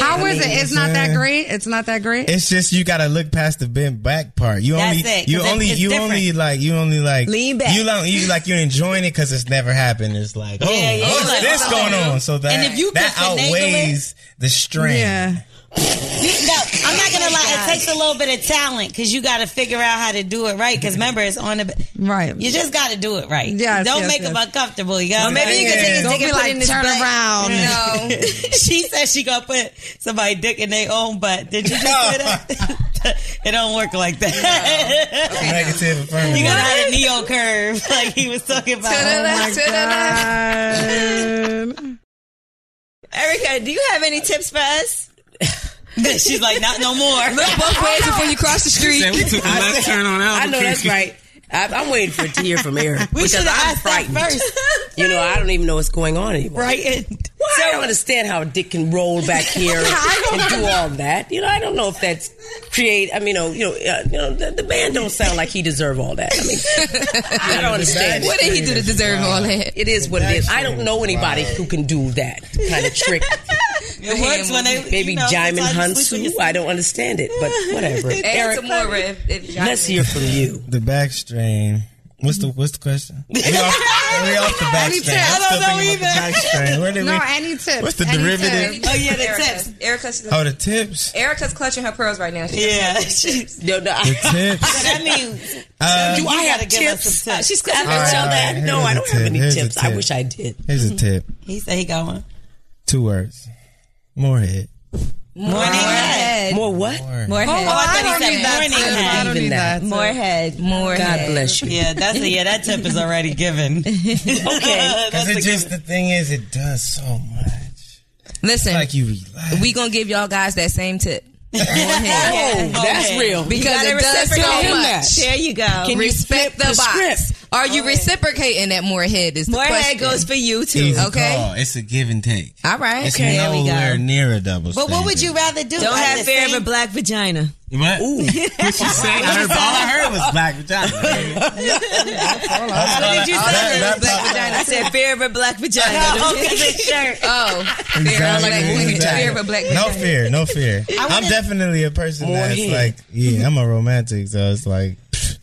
S7: How is it? It's not that
S6: Yeah.
S7: great. It's not that great.
S6: It's just you gotta look past the bent back part. You
S5: That's
S6: only,
S5: it, 'cause
S6: you
S5: it-
S6: only,
S5: it's
S6: you
S5: different.
S6: only like, you only like
S10: Lean back.
S6: You like, you like, you're enjoying it because it's never happened. It's like, oh,
S5: yeah,
S6: what's
S5: you're like,
S6: this
S5: what's
S6: going
S5: going on?
S6: on? So that
S5: And if you
S6: that
S5: could finagle it-
S6: outweighs the strain.
S7: Yeah.
S5: No, I'm not gonna lie. It takes a little bit of talent because you got to figure out how to do it right. Because remember, it's on the.
S7: Right.
S5: You just got to do it right.
S7: Yes,
S5: Don't
S7: yes,
S5: make
S7: yes.
S5: them uncomfortable. You got
S10: Or maybe you can take his
S7: Don't
S10: dick
S7: be
S10: and put it in
S7: like
S10: his
S7: turn
S10: butt.
S7: around.
S1: No.
S5: she said she gonna put somebody dick in their own butt. Did you just say that? it don't work like that.
S6: Negative affirmative.
S5: you gotta have a neo curve, like he was talking
S7: Oh
S5: about.
S10: Erica, do you have any tips for us?
S5: She's like, not no more.
S1: Both ways before you cross the street.
S12: we took the left turn on
S3: I know that's
S12: Albuquerque.
S3: right. I, I'm waiting for it to hear from Eric
S5: We
S3: because
S5: should
S3: I'm
S5: ask that
S3: frightened.
S5: first.
S3: You know, I don't even know what's going on anymore.
S5: Frightened.
S3: Well, I don't understand how a dick can roll back here and, do all that. You know, I don't know if that's create. I mean, you know, you know, uh, you know the, the man don't sound like he deserve all that. I mean, I don't understand.
S1: What did he do to deserve all that?
S3: It is what it is. I don't know anybody who can do that kind of trick.
S5: It works when they
S3: Maybe
S5: you know,
S3: Jaimin
S5: sometimes you sleep with
S3: Hansu.
S5: your-
S3: I don't understand it, but whatever. Eric,
S1: if, if
S3: let's hear from you.
S6: The back strain. What's the what's the question? We off, we off the back strain.
S7: tip?
S6: I'm
S7: I don't
S6: still
S7: know
S6: thinking about the
S7: either.
S6: back strain. Where did
S7: No,
S6: we?
S7: any tips?
S6: What's the
S7: any
S6: derivative?
S7: tips?
S5: Oh yeah, the tips.
S1: Erica's,
S6: Oh, the tips.
S1: Erica's clutching her pearls right now.
S5: Yeah. She-
S3: No, no, I-
S6: The tips.
S5: I mean,
S6: Uh,
S3: Do
S5: You
S3: I
S5: gotta
S3: have
S5: give us
S3: tips?
S5: some tips.
S3: Uh, She's gonna
S6: right,
S3: tell
S6: all
S3: that.
S6: right,
S3: No,
S6: here's
S3: I
S6: a
S3: don't have
S6: tip,
S3: any
S6: here's a
S3: tips. I
S6: tip.
S3: wish I did.
S6: Here's a tip.
S5: he said he got one.
S6: Two words. More head.
S5: Morning head.
S3: More what?
S1: More
S5: Oh,
S1: head.
S5: I thought he said morning
S7: I
S5: head.
S7: don't need that.
S1: More head. More
S3: God
S1: head.
S3: bless you.
S5: Yeah, that's a, yeah. That tip is already given. okay,
S6: Because it just the thing is, it does so much.
S1: Listen,
S6: Like you relax.
S1: we gonna give y'all guys that same tip
S3: Oh, that's real.
S1: because
S10: Gotta
S1: it does
S10: reciprocate.
S1: so much.
S10: There you go.
S3: Can you
S1: Respect
S3: flip
S1: the, box.
S3: script?
S1: Are you reciprocating that more head? Is the
S10: More
S1: question.
S10: head goes for you too.
S6: Easy
S1: okay.
S6: call. It's a give and take.
S1: All right.
S6: It's
S1: Okay.
S10: there we go.
S6: nowhere near a double.
S5: but what would you
S6: standard.
S5: rather do?
S10: Don't
S5: Like
S10: have
S5: the
S10: fear of a
S5: same-
S10: black vagina.
S6: What? Ooh.
S12: What you say? I heard
S6: All I heard was black vagina. How did you say that?
S10: I said fear of a black vagina.
S1: Oh,
S6: Exactly,
S1: Fear of a black-
S6: exactly.
S1: fear of a black
S6: No
S1: vagina.
S6: fear, no fear. I'm definitely a person that's
S3: head.
S6: like, yeah, I'm a romantic, so it's like, pfft,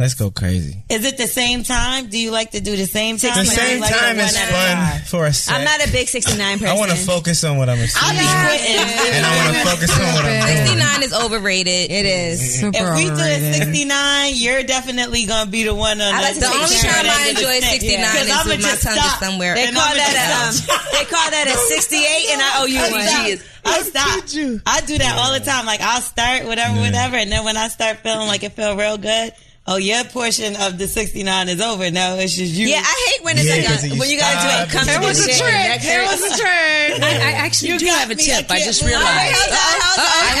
S6: Let's go crazy.
S5: Is it the same time? Do you like to do the same time? Or
S6: The
S5: do you
S6: same
S5: like
S6: time
S5: one
S6: is
S5: at a
S6: fun
S5: time?
S6: for a sec.
S10: I'm not a big 69 person.
S6: I want to focus on what I'm
S5: I'll
S6: receiving,
S5: be quitting.
S6: and I want to focus on what I'm doing.
S4: 69 is overrated.
S10: It is.
S5: If we do it 69, you're definitely going to be the one on
S10: like
S4: The
S10: to Sixty
S4: only
S10: nine.
S4: time I enjoy 69
S5: Because
S4: is
S5: I'ma
S4: when my
S5: just
S4: tongue is
S5: stop.
S4: somewhere.
S10: They
S5: And
S10: call
S5: I'm
S10: that
S5: just
S10: a, um, they call that a 68 and I owe you
S5: I
S10: one.
S5: stop. I stop. I do that all the time. Like I'll start whatever, whatever, and then when I start feeling like it feel real good, oh, your portion of the sixty nine is over. Now it's just you.
S10: Yeah, I hate when it's
S6: Yeah,
S10: like
S6: 'cause
S10: a,
S6: you
S10: when you gotta do it.
S6: stop.
S10: Come
S6: That
S10: to
S6: was
S10: the
S6: a
S10: shit.
S6: trick.
S10: That hurt.
S5: was a trick.
S3: I, I actually do have a tip. I just realized. Oh,
S10: Hold on, hold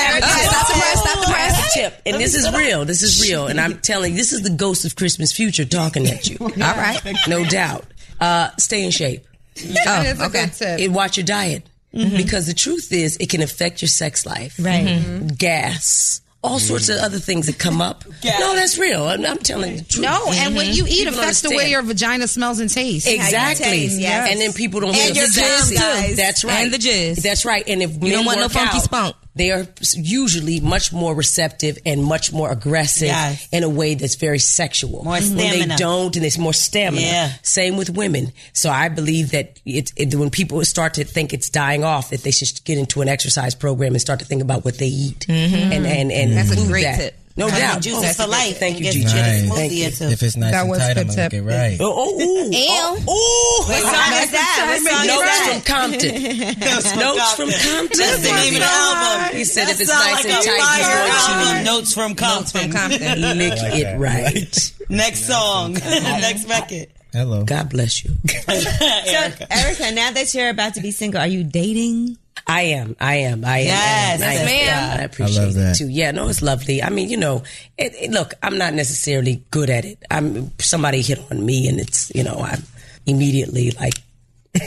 S3: I
S10: on.
S3: have a tip.
S10: Stop the press, stop the press.
S3: That's a tip, and this is real. This is real, and I'm telling you, this is the ghost of Christmas future talking at you. All right, no doubt. Uh, stay in shape.
S10: Oh,
S7: That's a good tip.
S3: And watch your diet because the truth is, it can affect your sex life. Right. Gas. All sorts of other things that come up. No, that's real. I'm, I'm telling you the truth. Mm-hmm.
S7: No, and what you eat
S3: People
S7: affects the way
S3: understand.
S7: your vagina smells and tastes.
S3: Exactly.
S10: taste, yes.
S3: And then people don't
S10: And
S3: feel
S10: your gum,
S3: sexy.
S10: guys.
S3: That's right.
S4: And the jizz.
S3: That's right. And if you
S4: don't want no funky spunk.
S3: They are usually much more receptive and much more aggressive
S5: Yes.
S3: in a way that's very sexual.
S5: More
S3: When they
S5: stamina.
S3: don't, and it's more stamina.
S5: Yeah.
S3: Same with women. So I believe that it, it, when people start to think it's dying off, that they should get into an exercise program and start to think about what they eat. And and and
S4: That's a
S3: include
S4: great
S3: that.
S4: tip.
S3: No
S5: Lemon
S3: doubt.
S5: juice
S3: Oh,
S5: is
S3: that's
S5: for
S3: a great-
S5: life.
S3: Thank
S5: You
S3: you,
S5: get
S3: Gigi.
S5: your
S6: Nice.
S3: Thank you.
S5: smoothie too.
S6: If it's nice
S7: That
S6: and
S7: was
S6: tight,
S7: good
S6: I'm gonna
S7: tip.
S6: get right.
S3: Oh, oh, oh,
S4: Ew.
S3: oh,
S10: What song is that? What song is
S3: Notes
S10: that?
S3: from Compton. Notes from Compton.
S5: That's the name of the album.
S3: He said
S5: That
S3: if it's
S5: sound
S3: nice
S5: like
S3: and
S5: a
S3: tight, he's
S5: fire
S3: going
S5: album. Notes from Compton.
S4: Compton.
S3: to lick
S6: like
S3: it
S6: that.
S3: right.
S5: Next song. Next record.
S6: Hello.
S3: God bless you.
S10: So, Erica, now that you're about to be single, are you dating?
S3: I am. I am. I am.
S5: Yes,
S3: I am. I am.
S4: ma'am.
S3: I appreciate
S6: I love that.
S3: it too. Yeah, no, it's lovely. I mean, you know, it, it- look, I'm not necessarily good at it. I'm somebody hit on me, and it's you know, I'm immediately like,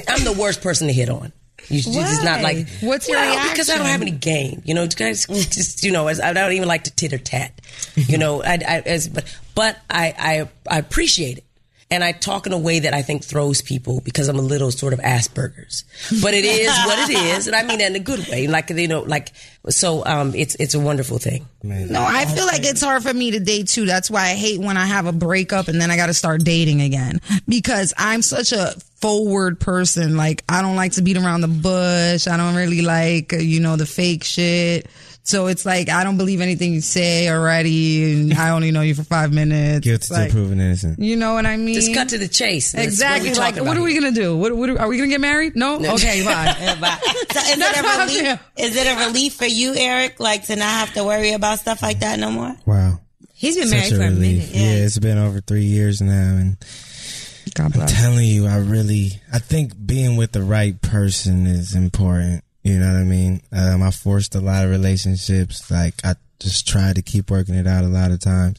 S3: I'm the worst person to hit on. You, it's just not like
S7: What's your
S3: well, because I don't have any game. You know, guys, just you know, as, I don't even like to titter tat. You know, I, I as but but I I, I appreciate it. And I talk in a way that I think throws people because I'm a little sort of Asperger's, but it is what it is, and I mean that in a good way. Like you know, like so, um, it's it's a wonderful thing.
S7: No, I feel like it's hard for me to date too. That's why I hate when I have a breakup and then I got to start dating again because I'm such a forward person. Like I don't like to beat around the bush. I don't really like uh, you know the fake shit. So it's like I don't believe anything you say already, and I only know you for five minutes.
S6: Guilty
S7: It's like,
S6: till proven innocent.
S7: You know what I mean?
S3: Just cut to the chase. That's
S7: exactly.
S3: What
S7: like, what are we gonna do? What, what are, are we gonna get married? No. Okay, bye.
S5: Yeah, bye. So is
S7: That's
S5: it
S7: how
S5: a
S7: I
S5: relief? Is it a relief for you, Eric? Like to not have to worry about stuff like that no more?
S6: Wow.
S10: He's been
S6: Such
S10: married
S6: a
S10: for a
S6: relief.
S10: minute.
S6: Yeah. it's been over three years now, and
S7: God
S6: I'm telling you, I really, I think being with the right person is important. You know what I mean? Um, I forced a lot of relationships. Like I just tried to keep working it out a lot of times,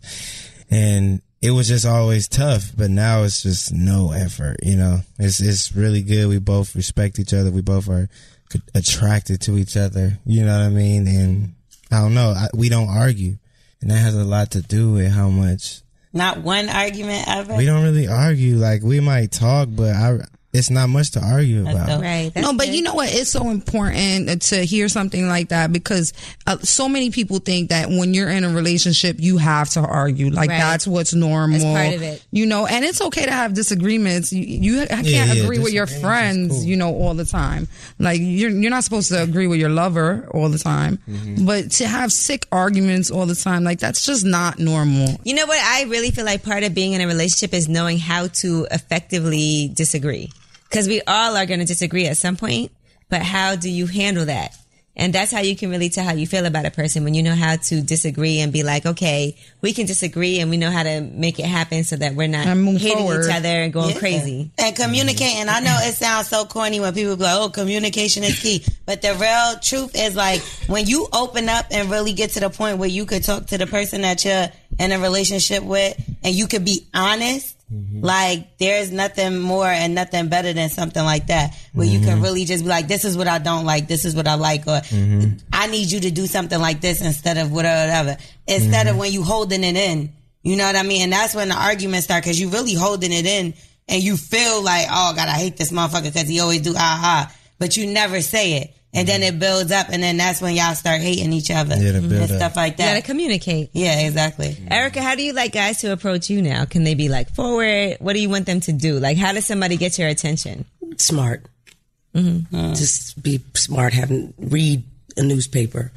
S6: and it was just always tough. But now it's just no effort. You know, it's it's really good. We both respect each other. We both are c- attracted to each other. You know what I mean? And I don't know. I, we don't argue, and that has a lot to do with how much
S5: Not one argument ever.
S6: we don't really argue. Like we might talk, but I it's not much to argue about.
S10: Right. That's
S7: No, but you know what? It's so important to hear something like that because uh, so many people think that when you're in a relationship, you have to argue. Like
S10: Right.
S7: that's what's normal.
S10: It's part of it.
S7: You know, and it's okay to have disagreements. You, you I can't
S6: yeah,
S7: agree with your
S6: disagreements is
S7: friends,
S6: cool.
S7: you know, all the time. Like you're you're not supposed to agree with your lover all the time,
S6: Mm-hmm.
S7: but to have sick arguments all the time, like that's just not normal.
S10: You know what? I really feel like part of being in a relationship is knowing how to effectively disagree. Because we all are going to disagree at some point, but how do you handle that? And that's how you can really tell how you feel about a person when you know how to disagree and be like, okay, we can disagree and we know how to make it happen so that we're not
S7: And move
S10: hating
S7: forward.
S10: each other and going
S5: Yeah.
S10: crazy.
S5: And communicating. I know it sounds so corny when people be like, oh, communication is key. But the real truth is like when you open up and really get to the point where you could talk to the person that you're in a relationship with and you could be honest, like there's nothing more and nothing better than something like that where you can really just be like, this is what I don't like, this is what I like, or I need you to do something like this instead of whatever, whatever. Instead of when you holding it in. You know what I mean? And that's when the arguments start because you really holding it in and you feel like, oh God, I hate this motherfucker because he always do ah ah, but you never say it. and then it builds up, and then that's when y'all start hating each other
S6: Yeah, the
S5: and
S6: build up.
S5: stuff like
S10: You gotta
S5: that.
S10: communicate.
S5: Yeah, exactly.
S10: Mm-hmm. Erica, how do you like guys to approach you now? Can they be like forward? What do you want them to do? Like, how does somebody get your attention?
S3: smart.
S10: Mm-hmm.
S3: Just be smart. Have read a newspaper.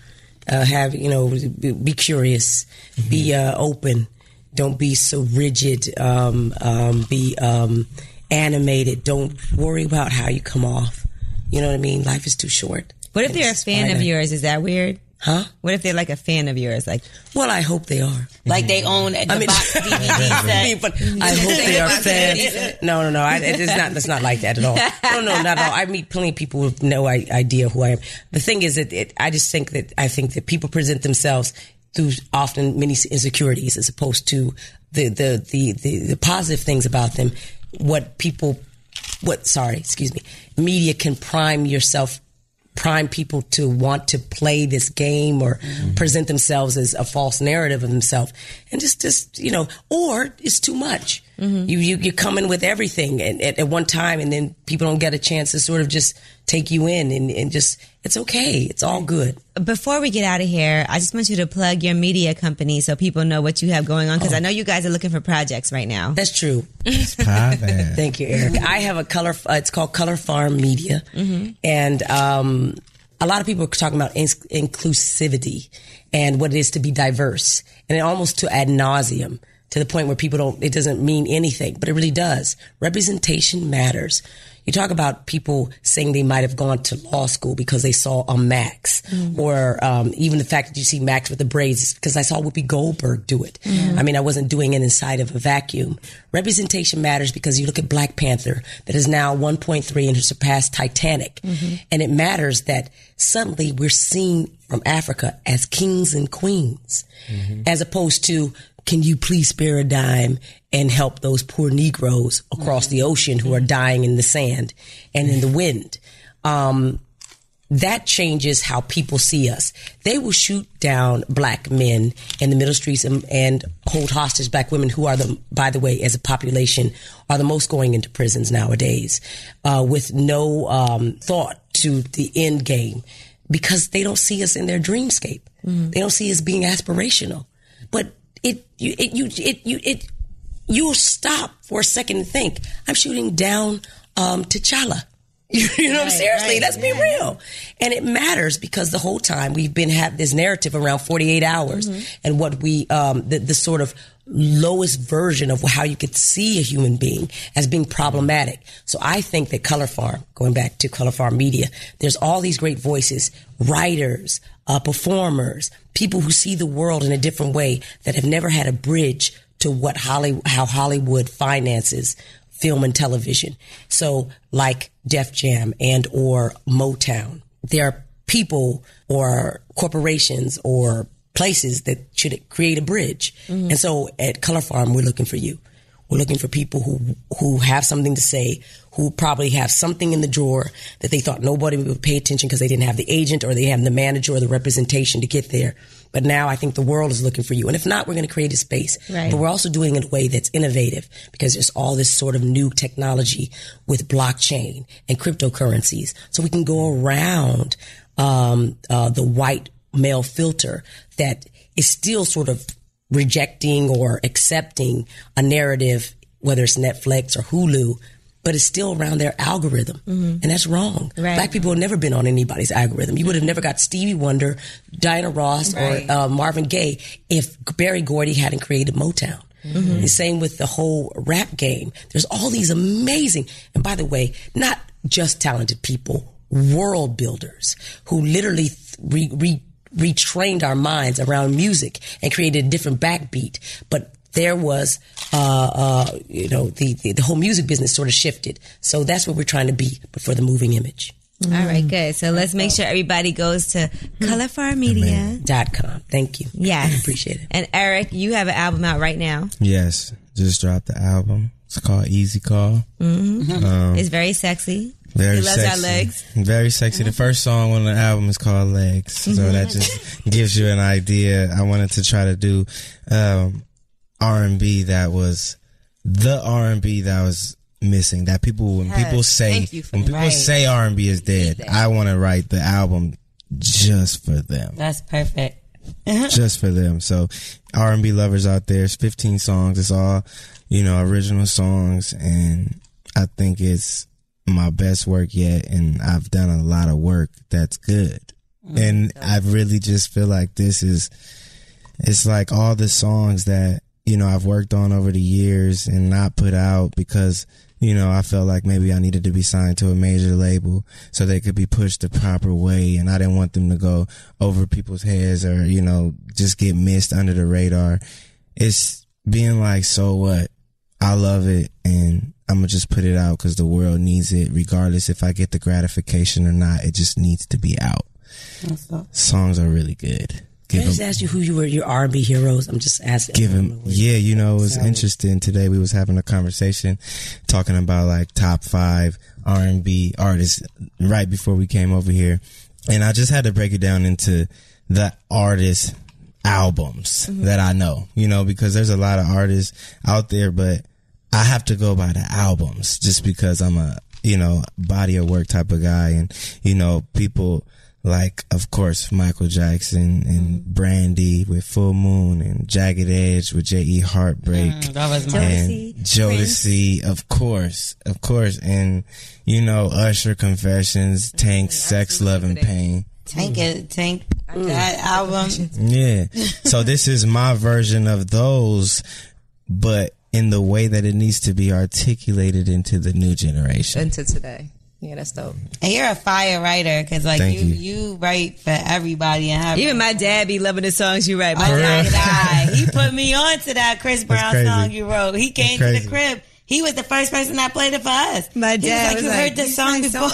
S3: Uh, have you know? Be, be curious. Be uh, open. Don't be so rigid. Um, um, be um, animated. Don't worry about how you come off. You know what I mean? Life is too short.
S10: What if they're a
S3: It's
S10: fan of
S3: finite.
S10: yours? Is that weird?
S3: Huh?
S10: What if they're like a fan of yours? Like,
S3: Well, I hope they are.
S5: Like they own the
S3: I mean-
S5: box DVD set.
S3: I mean, but I hope they are fans. No, no, no. I, it's not. It's not like that at all. No, no, not at all. I meet plenty of people with no I, idea who I am. The thing is that it, I just think that I think that people present themselves through often many insecurities as opposed to the the the the, the positive things about them. What people, what sorry, excuse me, media can prime yourself prime people to want to play this game or present themselves as a false narrative of themselves and just just you know or it's too much you, you you come in with everything and, at, at one time and then people don't get a chance to sort of just take you in and, and just it's okay it's all good
S10: before we get out of here, I just want you to plug your media company so people know what you have going on because I know you guys are looking for projects right now.
S3: that's true Thank you, Eric. I have a color. Uh, it's called Color Farm Media, and um, a lot of people are talking about ins- inclusivity and what it is to be diverse, and it almost to ad nauseum to the point where people don't. It doesn't mean anything, but it really does. Representation matters. You talk about people saying they might have gone to law school because they saw a Max, or um, even the fact that you see Max with the braids is because I saw Whoopi Goldberg do it. I mean, I wasn't doing it inside of a vacuum. Representation matters because you look at Black Panther, that is now 1.3 and has surpassed Titanic, and it matters that suddenly we're seen from Africa as kings and queens, as opposed to can you please spare a dime and help those poor Negroes across the ocean who are dying in the sand and in the wind? Um, that changes how people see us. They will shoot down black men in the middle streets and, and hold hostage black women who are the, by the way, as a population, are the most going into prisons nowadays, uh, with no um, thought to the end game, because they don't see us in their dreamscape. They don't see us being aspirational. But it, you, it, you, it, you, it, you'll stop for a second and think, I'm shooting down um, T'Challa. You, know, seriously, let's be real. And it matters because the whole time we've been have this narrative around 48 hours and what we, um, the, the sort of lowest version of how you could see a human being as being problematic. So I think that Color Farm, going back to Color Farm Media, there's all these great voices, writers, uh, performers, people who see the world in a different way that have never had a bridge to what Holly, how Hollywood finances film and television. So like Def Jam and or Motown, there are people or corporations or places that should create a bridge. And so at Color Farm, we're looking for you. We're looking for people who who have something to say, who probably have something in the drawer that they thought nobody would pay attention because they didn't have the agent or they have the manager or the representation to get there. But now I think the world is looking for you. And if not, we're going to create a space.
S10: Right.
S3: But we're also doing it in a way that's innovative because there's all this sort of new technology with blockchain and cryptocurrencies. So we can go around um, uh, the white male filter that is still sort of rejecting or accepting a narrative, whether it's Netflix or Hulu, but it's still around their algorithm. And that's wrong. Black people have never been on anybody's algorithm. You would have never got Stevie Wonder, Diana Ross, or uh, Marvin Gaye if Barry Gordy hadn't created Motown. The same with the whole rap game. There's all these amazing, and by the way, not just talented people, world builders who literally th- re, re, retrained our minds around music and created a different backbeat. But there was, uh, uh, you know, the, the, the whole music business sort of shifted. So that's what we're trying to be, but for the moving image.
S10: All right, good. So Mm-hmm. let's Mm-hmm. make sure everybody goes to Color Farm Media.
S3: Dot com. Thank you.
S10: Yes.
S3: Appreciate it.
S10: And Eric, you have an album out right now.
S6: Yes, just dropped the album. It's called Easy Call.
S3: Oh.
S6: Um,
S10: It's very sexy.
S6: very
S10: He loves
S6: sexy.
S10: our legs.
S6: Very sexy. The first song on the album is called Legs, so that just gives you an idea. I wanted to try to do um, R and B that was the R and B that was missing that people when
S4: Yes,
S6: people say
S4: thank you for
S6: when people
S4: right.
S6: say R&B is dead, I want to write the album just for them.
S5: That's perfect.
S6: just for them. So R&B lovers out there, it's 15 songs. It's all, you know, original songs and I think it's my best work yet and I've done a lot of work that's good. And I really just feel like this is it's like all the songs that you know I've worked on over the years and not put out because you know I felt like maybe I needed to be signed to a major label so they could be pushed the proper way and I didn't want them to go over people's heads or you know just get missed under the radar it's being like so what I love it and I'm gonna just put it out because the world needs it regardless if I get the gratification or not it just needs to be out songs are really good
S3: Can I
S6: Give 'em-
S3: just ask you who you were your R&B heroes? I'm just asking.
S6: give him yeah you know it was interesting today we was having a conversation talking about like top five r&b artists right before we came over here and i just had to break it down into the artist albums that i know you know because there's a lot of artists out there but i have to go by the albums just because i'm a you know body of work type of guy and you know people like of course Michael Jackson and
S5: Mm-hmm.
S6: Brandy with Full Moon and Jagged Edge with J.E. Heartbreak
S5: Mm, that was my-
S6: and Jodeci of course of course and you know Usher Confessions Tank Sex Love and Pain
S5: Tank it, Tank
S10: Mm.
S5: that album.
S6: yeah so this is my version of those but in the way that it needs to be articulated into the new generation
S4: Into today. Yeah, that's dope.
S5: And you're a fire writer because like
S6: Thank
S5: you,
S6: you.
S5: you write for everybody and have.
S10: Even my dad be loving the songs you write. My
S6: For
S10: dad-
S6: real?
S5: God, he put me on to that Chris Brown
S6: crazy.
S5: song you wrote. He came to
S6: crazy.
S5: the crib. He was the first person that played it for us.
S10: My
S5: He
S10: dad
S5: was like,
S10: was
S5: you
S10: like,
S5: heard this
S10: "These
S5: song
S10: nice
S5: before.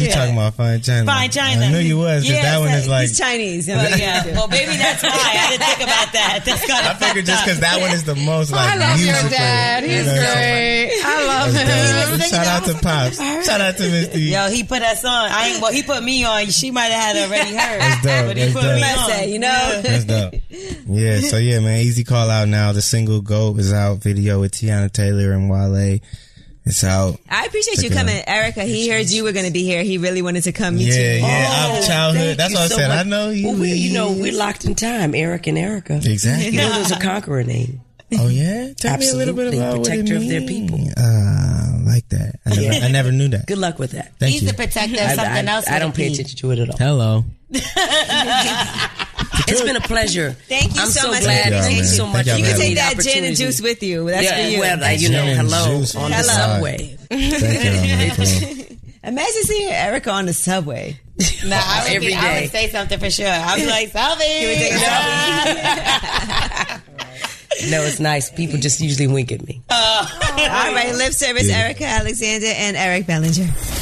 S6: you talking about Fine China
S5: Fine China.
S6: I knew you was 'cause
S5: Yeah,
S6: that one
S5: it's
S6: is like
S10: he's Chinese. I'm
S5: But
S10: like,
S5: yeah, well, maybe that's why I didn't think about that. That's kind
S6: I
S5: of
S6: figured just because that one is the most like
S7: Oh, I love your
S6: musical.
S7: dad.
S6: you
S7: He's
S6: know,
S7: great. I love
S6: it's
S7: him.
S6: dope. Shout out to Pops. Shout out to Misty.
S5: Yo, he put us on. I ain't. Well, he put me on. She might have had already heard,
S6: dope.
S5: but he
S6: That's
S5: put
S6: dope.
S5: me
S10: I
S5: on.
S10: say, you know,
S6: That's dope. Yeah, so yeah, man. Easy call out now. The single "Goat" is out. Video with Tiana Taylor and Wale. It's out.
S10: I appreciate you
S6: Check it
S10: coming, Erica. He heard you were going to be here. He really wanted to come. meet you.
S6: Yeah, yeah.
S3: Oh,
S6: Out of childhood. That's what I said. I know you.
S3: Well, we, you know, we're locked in time, Eric and Erica.
S6: exactly.
S3: You know, there's a conqueror name.
S6: Oh yeah. Tell me a little bit
S3: Absolutely.
S6: about
S3: Protector
S6: what
S3: of
S6: it
S3: their
S6: mean.
S3: people.
S6: Ah, I like that. I never, I never knew that.
S3: Good luck with that.
S6: Thank
S5: He's
S6: you.
S5: the protector of
S3: I,
S5: something
S3: I-
S5: else.
S3: I
S5: with
S3: don't
S5: a
S3: pay
S5: P.
S3: attention to it at all.
S6: Hello.
S3: It's been a pleasure.
S10: Thank you
S3: I'm
S10: so
S3: so
S10: much.
S3: glad.
S6: Thank y'all,
S3: Thank you
S6: man.
S3: so
S6: Thank
S3: much.
S6: y'all
S10: You
S6: for
S10: can
S6: having
S10: take
S6: me.
S10: that
S3: The
S10: gin and
S3: opportunity.
S10: juice with you. That's
S3: yeah,
S10: for you.
S3: well, like, you know,
S6: Gin and
S3: hello
S6: juice
S3: on the
S6: Hello.
S3: subway.
S6: Thank you. man. Cool.
S10: Imagine seeing Erica on the subway.
S5: Nah, I would,
S3: Every
S5: be, I
S3: day.
S5: would say something for sure. I'd be like, Salvi.
S3: No, it's nice. People just usually wink at me.
S10: All right, lip service,
S6: Yeah.
S10: Erica Alexander and Eric Bellinger.